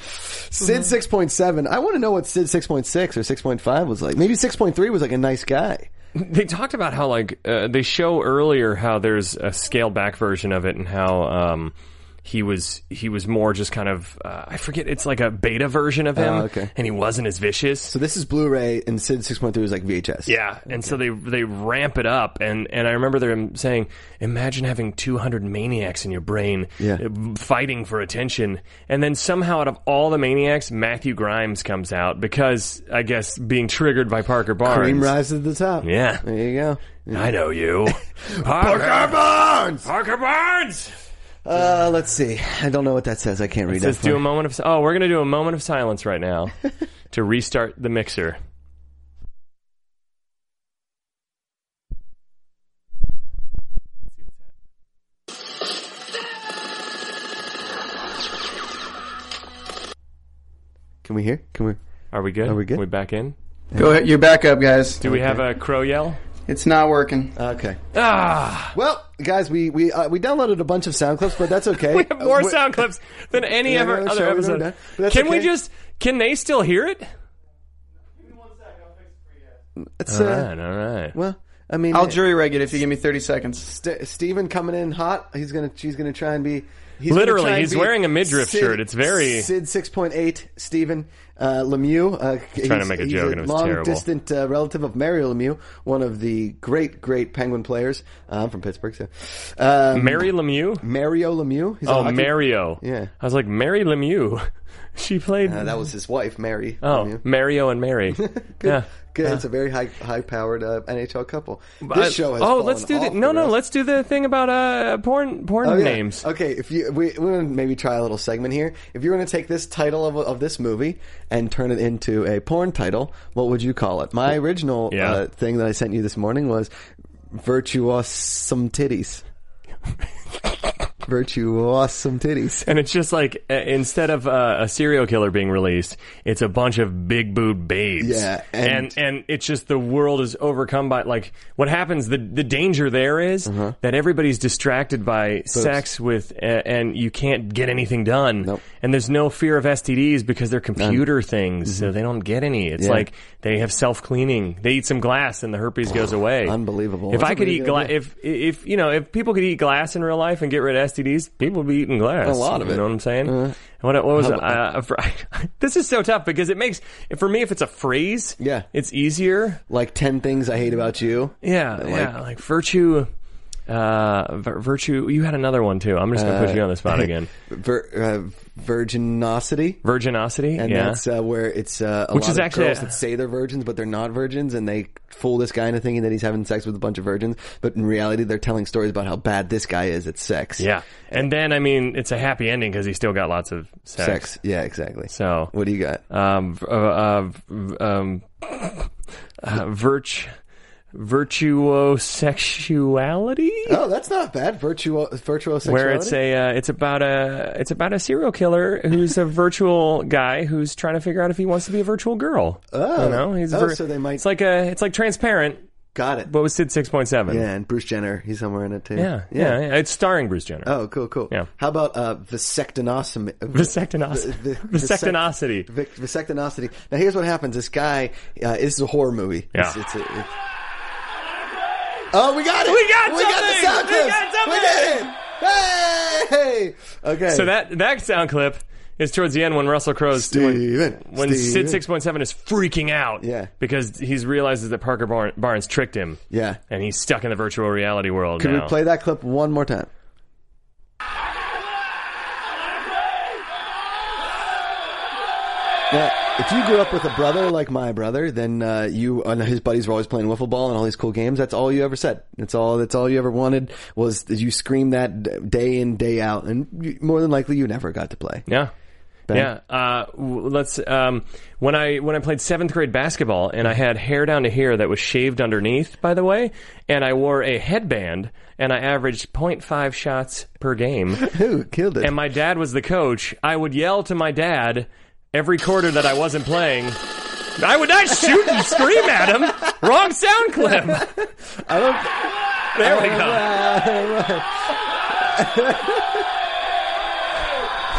[SPEAKER 4] Mm-hmm.
[SPEAKER 3] Sid six point seven. I want to know what Sid six point six or six point five was like. Maybe six point three was like a nice guy.
[SPEAKER 4] They talked about how like uh, they show earlier how there's a scaled back version of it and how um, he was he was more just kind of uh, I forget it's like a beta version of him
[SPEAKER 3] Oh, okay.
[SPEAKER 4] and he wasn't as vicious.
[SPEAKER 3] So this is Blu-ray, and Sid six point three was like VHS.
[SPEAKER 4] Yeah, and so they they ramp it up, and, and I remember them saying, "Imagine having two hundred maniacs in your brain,
[SPEAKER 3] Yeah.
[SPEAKER 4] uh, fighting for attention." And then somehow, out of all the maniacs, Matthew Grimes comes out because I guess being triggered by Parker Barnes.
[SPEAKER 3] Cream rises to the top.
[SPEAKER 4] Yeah.
[SPEAKER 3] There you go.
[SPEAKER 4] I know you, Parker Barnes. Parker Barnes.
[SPEAKER 3] Uh, let's see. I don't know what that says. I can't read
[SPEAKER 4] Let's
[SPEAKER 3] that.
[SPEAKER 4] do a
[SPEAKER 3] far.
[SPEAKER 4] moment of si- oh, we're gonna do a moment of silence right now to restart the mixer.
[SPEAKER 3] Can we hear? Can we?
[SPEAKER 4] Are we good?
[SPEAKER 3] Are we good?
[SPEAKER 4] we back in?
[SPEAKER 9] Go ahead, you're back up, guys.
[SPEAKER 4] Do we have a crow yell?
[SPEAKER 9] It's not working.
[SPEAKER 3] Okay.
[SPEAKER 4] Ah.
[SPEAKER 3] Well, guys, we we uh, we downloaded a bunch of sound clips, but that's okay.
[SPEAKER 4] we have more
[SPEAKER 3] Uh, we-
[SPEAKER 4] sound clips than any
[SPEAKER 3] Yeah,
[SPEAKER 4] ever
[SPEAKER 3] another
[SPEAKER 4] other
[SPEAKER 3] show we've ever
[SPEAKER 4] episode.
[SPEAKER 3] done. But that's
[SPEAKER 4] Can we
[SPEAKER 3] okay.
[SPEAKER 4] just? Can they still hear it?
[SPEAKER 3] It's, uh,
[SPEAKER 4] all right.
[SPEAKER 3] Well, I mean,
[SPEAKER 9] I'll jury rig it if you give me 30 seconds.
[SPEAKER 3] St- Steven coming in hot. He's gonna she's gonna try and be. He's
[SPEAKER 4] Literally,
[SPEAKER 3] gonna try and
[SPEAKER 4] he's
[SPEAKER 3] be
[SPEAKER 4] wearing a midriff
[SPEAKER 3] Sid-
[SPEAKER 4] shirt. It's very-
[SPEAKER 3] Sid six point eight. Steven uh, Lemieux. Uh,
[SPEAKER 4] trying to make a
[SPEAKER 3] he's
[SPEAKER 4] joke
[SPEAKER 3] a
[SPEAKER 4] and it was
[SPEAKER 3] long
[SPEAKER 4] terrible.
[SPEAKER 3] distant uh, relative of Mario Lemieux, one of the great great Penguin players. Uh, I'm from Pittsburgh, so um,
[SPEAKER 4] Mary Lemieux.
[SPEAKER 3] Mario Lemieux. He's a
[SPEAKER 4] Oh,
[SPEAKER 3] hockey-
[SPEAKER 4] Mario.
[SPEAKER 3] Yeah.
[SPEAKER 4] I was like Mary Lemieux. she played.
[SPEAKER 3] Uh, that was his wife, Mary.
[SPEAKER 4] oh,
[SPEAKER 3] Lemieux.
[SPEAKER 4] Mario and Mary. yeah.
[SPEAKER 3] Good. It's a very high high powered uh, NHL couple. This
[SPEAKER 4] I-
[SPEAKER 3] show has
[SPEAKER 4] oh,
[SPEAKER 3] fallen
[SPEAKER 4] let's do
[SPEAKER 3] off
[SPEAKER 4] the
[SPEAKER 3] the
[SPEAKER 4] no, no.
[SPEAKER 3] rails.
[SPEAKER 4] Let's do the thing about uh porn porn
[SPEAKER 3] Oh, yeah.
[SPEAKER 4] names.
[SPEAKER 3] Okay, if you we we want to maybe try a little segment here. If you were going to take this title of, of this movie and turn it into a porn title, what would you call it? My original
[SPEAKER 4] Yeah.
[SPEAKER 3] uh, thing that I sent you this morning was virtuosome titties. virtuosome titties.
[SPEAKER 4] And it's just like uh, instead of uh, a serial killer being released, it's a bunch of big boob babes.
[SPEAKER 3] Yeah,
[SPEAKER 4] and,
[SPEAKER 3] and-
[SPEAKER 4] and it's just the world is overcome by like what happens. The the danger there is
[SPEAKER 3] Uh-huh.
[SPEAKER 4] that everybody's distracted by sex with, uh, and you can't get anything done.
[SPEAKER 3] Nope.
[SPEAKER 4] And there's no fear of STDs because they're computer things, so they don't get any. It's
[SPEAKER 3] Mm-hmm. Yeah.
[SPEAKER 4] like they have self cleaning. They eat some glass, and the herpes goes away.
[SPEAKER 3] Unbelievable.
[SPEAKER 4] If
[SPEAKER 3] That's
[SPEAKER 4] I
[SPEAKER 3] a
[SPEAKER 4] could
[SPEAKER 3] really
[SPEAKER 4] eat
[SPEAKER 3] good
[SPEAKER 4] glass,
[SPEAKER 3] idea.
[SPEAKER 4] if if you know, if people could eat glass in real life and get rid of STDs, people would be eating glass.
[SPEAKER 3] A lot of
[SPEAKER 4] You
[SPEAKER 3] it. Uh-huh.
[SPEAKER 4] know what I'm saying? what, what was
[SPEAKER 3] How
[SPEAKER 4] it?
[SPEAKER 3] about-
[SPEAKER 4] Uh, for- this is so tough because it makes for me if it's a phrase,
[SPEAKER 3] Yeah.
[SPEAKER 4] it's easier.
[SPEAKER 3] Like 10 things I hate about you.
[SPEAKER 4] Yeah, yeah, like virtue. Uh, vir- virtue. You had another one too. I'm just gonna
[SPEAKER 3] Uh,
[SPEAKER 4] put you on the spot again.
[SPEAKER 3] Vir, uh, virginosity.
[SPEAKER 4] Virginosity.
[SPEAKER 3] And
[SPEAKER 4] yeah.
[SPEAKER 3] that's uh, where it's uh, a
[SPEAKER 4] Which
[SPEAKER 3] lot
[SPEAKER 4] is
[SPEAKER 3] of
[SPEAKER 4] actually-
[SPEAKER 3] girls that say they're virgins, but they're not virgins, and they fool this guy into thinking that he's having sex with a bunch of virgins, but in reality, they're telling stories about how bad this guy is at sex.
[SPEAKER 4] yeah. And then I mean, it's a happy ending because he still got lots of sex.
[SPEAKER 3] Sex. Yeah, exactly.
[SPEAKER 4] So
[SPEAKER 3] what do you got?
[SPEAKER 4] um, v- uh, uh, v- um, uh, virch, virtuosexuality.
[SPEAKER 3] Oh, that's not bad. Virtual, virtual sexuality.
[SPEAKER 4] Where it's a uh, it's about a it's about a serial killer who's a virtual guy who's trying to figure out if he wants to be a virtual girl.
[SPEAKER 3] Oh.
[SPEAKER 4] you know, he's
[SPEAKER 3] Oh,
[SPEAKER 4] vir-
[SPEAKER 3] so they might-
[SPEAKER 4] It's like a it's like transparent,
[SPEAKER 3] got it.
[SPEAKER 4] but with Sid six point seven.
[SPEAKER 3] yeah, and Bruce Jenner, he's somewhere in it too.
[SPEAKER 4] yeah, yeah, yeah. It's starring Bruce Jenner.
[SPEAKER 3] Oh, cool, cool.
[SPEAKER 4] Yeah.
[SPEAKER 3] How about uh, vasectonosum-
[SPEAKER 4] Vasectinos-
[SPEAKER 3] v- v-
[SPEAKER 4] vasectinosity.
[SPEAKER 3] Vic- vasectinosity. Now, here's what happens. This guy, uh, this is a horror movie. It's-
[SPEAKER 4] Yeah.
[SPEAKER 3] it's a- it's- oh, we got it.
[SPEAKER 4] We got
[SPEAKER 3] We got the
[SPEAKER 4] something!
[SPEAKER 3] sound
[SPEAKER 4] We
[SPEAKER 3] clips.
[SPEAKER 4] got something!
[SPEAKER 3] We did it. Hey. Okay.
[SPEAKER 4] So that that sound clip is towards the end when Russell Crowe's
[SPEAKER 3] Steven,
[SPEAKER 4] when, when Sid
[SPEAKER 3] Steven.
[SPEAKER 4] six point seven is freaking out.
[SPEAKER 3] Yeah.
[SPEAKER 4] because he's realizes that Parker Bar- Barnes tricked him.
[SPEAKER 3] Yeah.
[SPEAKER 4] and he's stuck in the virtual reality world.
[SPEAKER 3] Can
[SPEAKER 4] now.
[SPEAKER 3] we play that clip one more time? Now, if you grew up with a brother like my brother, then uh, you and his buddies were always playing wiffle ball and all these cool games. That's all you ever said. That's all. That's all you ever wanted was that you screamed that d- day in day out, and you, more than likely you never got to play.
[SPEAKER 4] Yeah. Yeah. Uh, w- let's. Um, when I when I played seventh grade basketball and I had hair down to here that was shaved underneath, by the way, and I wore a headband and I averaged 0.5 shots per game.
[SPEAKER 3] Who killed it?
[SPEAKER 4] and my dad was the coach. I would yell to my dad every quarter that I wasn't playing. I would not shoot and scream at him. Wrong sound clip.
[SPEAKER 3] I don't.
[SPEAKER 4] There we go.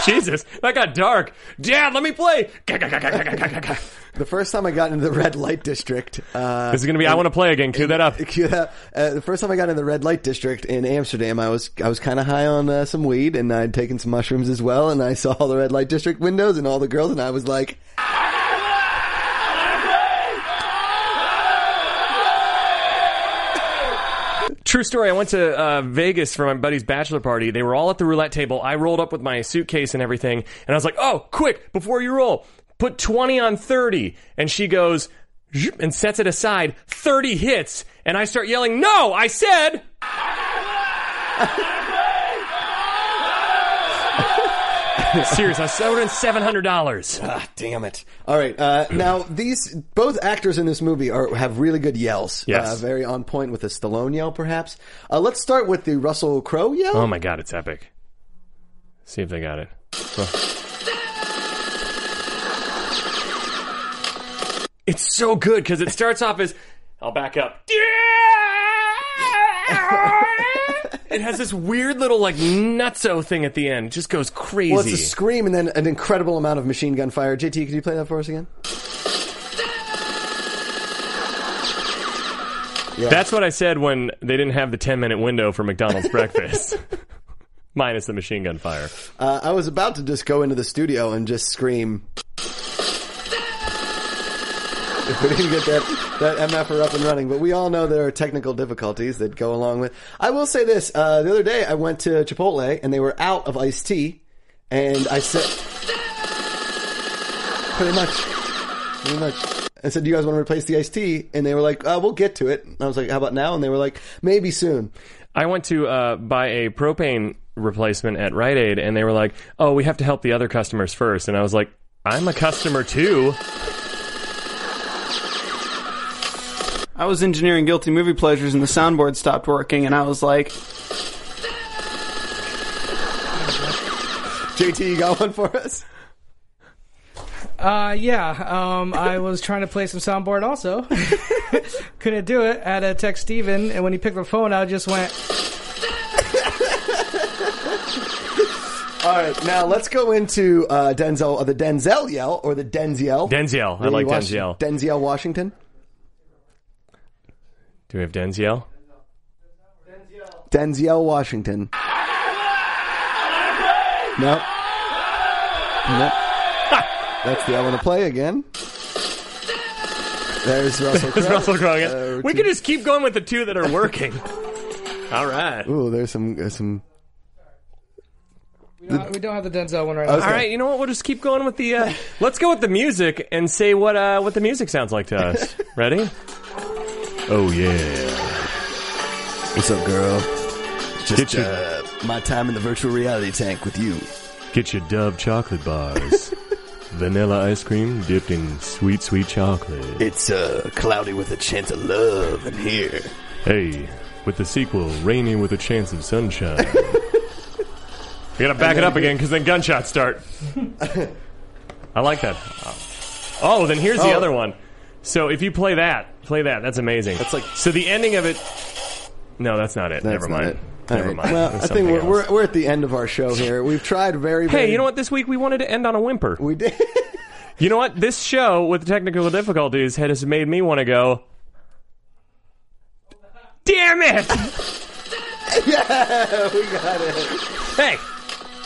[SPEAKER 4] Jesus, that got dark. Dad, let me play.
[SPEAKER 3] The first time I got into the red light district, uh,
[SPEAKER 4] This is gonna be. I want to play again. Cue that up.
[SPEAKER 3] Cue that- Uh, the first time I got in the red light district in Amsterdam, I was I was kind of high on uh, some weed, and I'd taken some mushrooms as well. And I saw all the red light district windows and all the girls, and I was like,
[SPEAKER 4] True story. I went to uh, Vegas for my buddy's bachelor party. They were all at the roulette table. I rolled up with my suitcase and everything, and I was like, "Oh, quick! Before you roll, put twenty on 30. And she goes "Zhup," and sets it aside. Thirty hits, and I start yelling, "No! I said." Serious. I sold in seven hundred dollars.
[SPEAKER 3] "Ah, damn it!" All right, uh, now these both actors in this movie are have really good yells.
[SPEAKER 4] Yes.
[SPEAKER 3] uh, very on point with the Stallone yell, perhaps. Uh, let's start with the Russell Crowe yell.
[SPEAKER 4] Oh my god, it's epic. See if they got it. Oh. It's so good because it starts off as I'll back up. It has this weird little like nutso thing at the end. It just goes crazy.
[SPEAKER 3] well, it's a scream and then an incredible amount of machine gun fire. JT, could you play that for us again?
[SPEAKER 4] That's what I said when they didn't have the ten minute window for McDonald's breakfast. Minus the machine gun fire.
[SPEAKER 3] Uh, I was about to just go into the studio and just scream. If we didn't get that that MFR up and running, but we all know there are technical difficulties that go along with. I will say this: uh, the other day, I went to Chipotle and they were out of iced tea, and I said, pretty much, pretty much. I said, "Do you guys want to replace the iced tea?" And they were like, uh, "We'll get to it." And I was like, "How about now?" And they were like, "Maybe soon."
[SPEAKER 4] I went to uh, buy a propane replacement at Rite Aid, and they were like, "Oh, we have to help the other customers first. And I was like, "I'm a customer too."
[SPEAKER 9] I was engineering guilty movie pleasures, and the soundboard stopped working, and I was like,
[SPEAKER 3] JT, you got one for us?
[SPEAKER 5] Uh, yeah. Um, I was trying to play some soundboard also. Couldn't do it. I had to text Steven, and when he picked the phone, I just went,
[SPEAKER 3] All right, now let's go into uh, Denzel, uh, the Denzel yell or the Denzel.
[SPEAKER 4] Denzel, I
[SPEAKER 3] The
[SPEAKER 4] like
[SPEAKER 3] Wash-
[SPEAKER 4] Denzel.
[SPEAKER 3] Denzel Washington.
[SPEAKER 4] Do we have Denzel?
[SPEAKER 3] Denzel Washington. No. No. That's the I want to play again. There's Russell Crowe.
[SPEAKER 4] It's Russell Crowe. yeah.
[SPEAKER 3] Uh,
[SPEAKER 4] we
[SPEAKER 3] two-
[SPEAKER 4] could just keep going with the two that are working. All right.
[SPEAKER 3] Ooh, there's some uh, some.
[SPEAKER 5] we don't, we don't have the Denzel one right
[SPEAKER 3] Okay.
[SPEAKER 5] now.
[SPEAKER 4] All right, you know what? We'll just keep going with the. Uh, let's go with the music and say what uh, what the music sounds like to us. Ready? Oh yeah.
[SPEAKER 3] What's up, girl? Uh, Just
[SPEAKER 4] Get your-
[SPEAKER 3] uh, my time in the virtual reality tank with you.
[SPEAKER 4] Get your Dove chocolate bars. vanilla ice cream dipped in sweet, sweet chocolate.
[SPEAKER 3] It's uh, cloudy with a chance of love in here.
[SPEAKER 4] Hey, with the sequel, Rainy with a Chance of Sunshine. we gotta back it up again because then gunshots start. I like that. Oh, then here's the
[SPEAKER 3] Oh.
[SPEAKER 4] other one. So if you play that, play that. That's amazing.
[SPEAKER 3] That's like-
[SPEAKER 4] so the ending of it. No, that's not it. Never
[SPEAKER 3] That's not
[SPEAKER 4] mind.
[SPEAKER 3] it.
[SPEAKER 4] Never
[SPEAKER 3] All right.
[SPEAKER 4] mind.
[SPEAKER 3] Well,
[SPEAKER 4] It was
[SPEAKER 3] I think
[SPEAKER 4] something
[SPEAKER 3] we're,
[SPEAKER 4] else.
[SPEAKER 3] we're, we're at the end of our show here. We've tried very, very.
[SPEAKER 4] Hey, you know what? This week we wanted to end on a whimper.
[SPEAKER 3] We did.
[SPEAKER 4] You know what? This show with technical difficulties has made me want to go. Damn it!
[SPEAKER 3] we got it.
[SPEAKER 4] hey,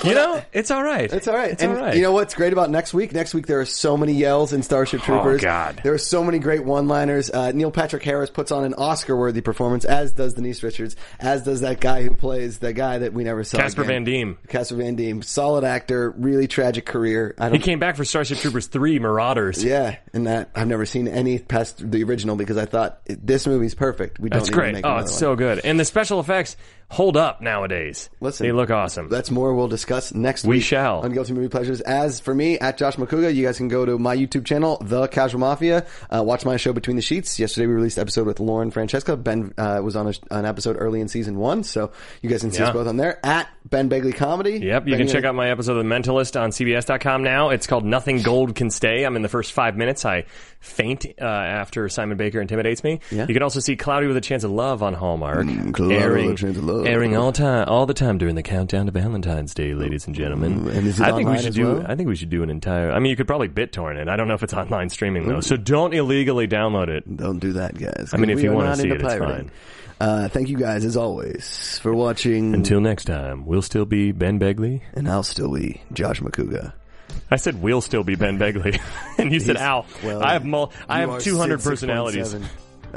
[SPEAKER 4] you know it's all right.
[SPEAKER 3] It's all right.
[SPEAKER 4] It's
[SPEAKER 3] and
[SPEAKER 4] all right.
[SPEAKER 3] you know what's great about next week? Next week there are so many yells in Starship Troopers.
[SPEAKER 4] Oh, God.
[SPEAKER 3] There are so many great one-liners. Uh, Neil Patrick Harris puts on an Oscar-worthy performance, as does Denise Richards, as does that guy who plays the guy that we never saw.
[SPEAKER 4] Casper
[SPEAKER 3] again.
[SPEAKER 4] Van Diem.
[SPEAKER 3] Casper Van Diem, solid actor, really tragic career. I
[SPEAKER 4] He
[SPEAKER 3] don't.
[SPEAKER 4] came back for Starship Troopers three Marauders.
[SPEAKER 3] Yeah, and that I've never seen any past the original because I thought this movie's perfect. We don't
[SPEAKER 4] That's
[SPEAKER 3] need to
[SPEAKER 4] great.
[SPEAKER 3] make
[SPEAKER 4] Oh,
[SPEAKER 3] another
[SPEAKER 4] it's
[SPEAKER 3] one.
[SPEAKER 4] so good. And the special effects hold up nowadays.
[SPEAKER 3] Listen,
[SPEAKER 4] they look awesome.
[SPEAKER 3] That's more we'll discuss next
[SPEAKER 4] We
[SPEAKER 3] week.
[SPEAKER 4] shall.
[SPEAKER 3] On Guilty Movie Pleasures. As for me, at Josh McCuga, you guys can go to my YouTube channel, The Casual Mafia. Uh, watch my show Between the Sheets. Yesterday we released an episode with Lauren Francesca. Ben uh, was on a, an episode early in season one, so you guys can see us
[SPEAKER 4] Yeah.
[SPEAKER 3] both on there. At Ben Begley Comedy.
[SPEAKER 4] Yep, you
[SPEAKER 3] Ben,
[SPEAKER 4] can check out my episode of The Mentalist on CBS.com now. It's called Nothing Gold Can Stay. I'm in the first five minutes. I faint uh, after Simon Baker intimidates me.
[SPEAKER 3] Yeah. Mm,
[SPEAKER 4] You can also see Cloudy with a Chance of Love on Hallmark.
[SPEAKER 3] Cloudy with a
[SPEAKER 4] airing,
[SPEAKER 3] Chance of Love.
[SPEAKER 4] airing all time, all the time during the countdown to Valentine's Day, ladies and gentlemen.
[SPEAKER 3] Mm, And is it
[SPEAKER 4] I think we
[SPEAKER 3] online
[SPEAKER 4] should
[SPEAKER 3] as
[SPEAKER 4] do.
[SPEAKER 3] well?
[SPEAKER 4] I think we should do an entire. I mean, you could probably BitTorrent it. I don't know if it's online streaming
[SPEAKER 3] Mm.
[SPEAKER 4] though, so don't illegally download it.
[SPEAKER 3] Don't do that, guys.
[SPEAKER 4] I mean, if
[SPEAKER 3] We
[SPEAKER 4] you
[SPEAKER 3] are
[SPEAKER 4] wanna
[SPEAKER 3] not
[SPEAKER 4] see
[SPEAKER 3] into
[SPEAKER 4] it, it's
[SPEAKER 3] pirating.
[SPEAKER 4] fine.
[SPEAKER 3] Uh, thank you guys, as always, for watching.
[SPEAKER 4] Until next time, we'll still be Ben Begley.
[SPEAKER 3] and I'll still be Josh McCuga.
[SPEAKER 4] I said we'll still be Ben Begley, and you said Al. I have mul- I
[SPEAKER 3] you are
[SPEAKER 4] have 200
[SPEAKER 3] six-
[SPEAKER 4] personalities.
[SPEAKER 3] 6.7.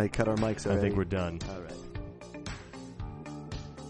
[SPEAKER 3] I cut our mics
[SPEAKER 4] I
[SPEAKER 3] already.
[SPEAKER 4] think we're done.
[SPEAKER 3] All right.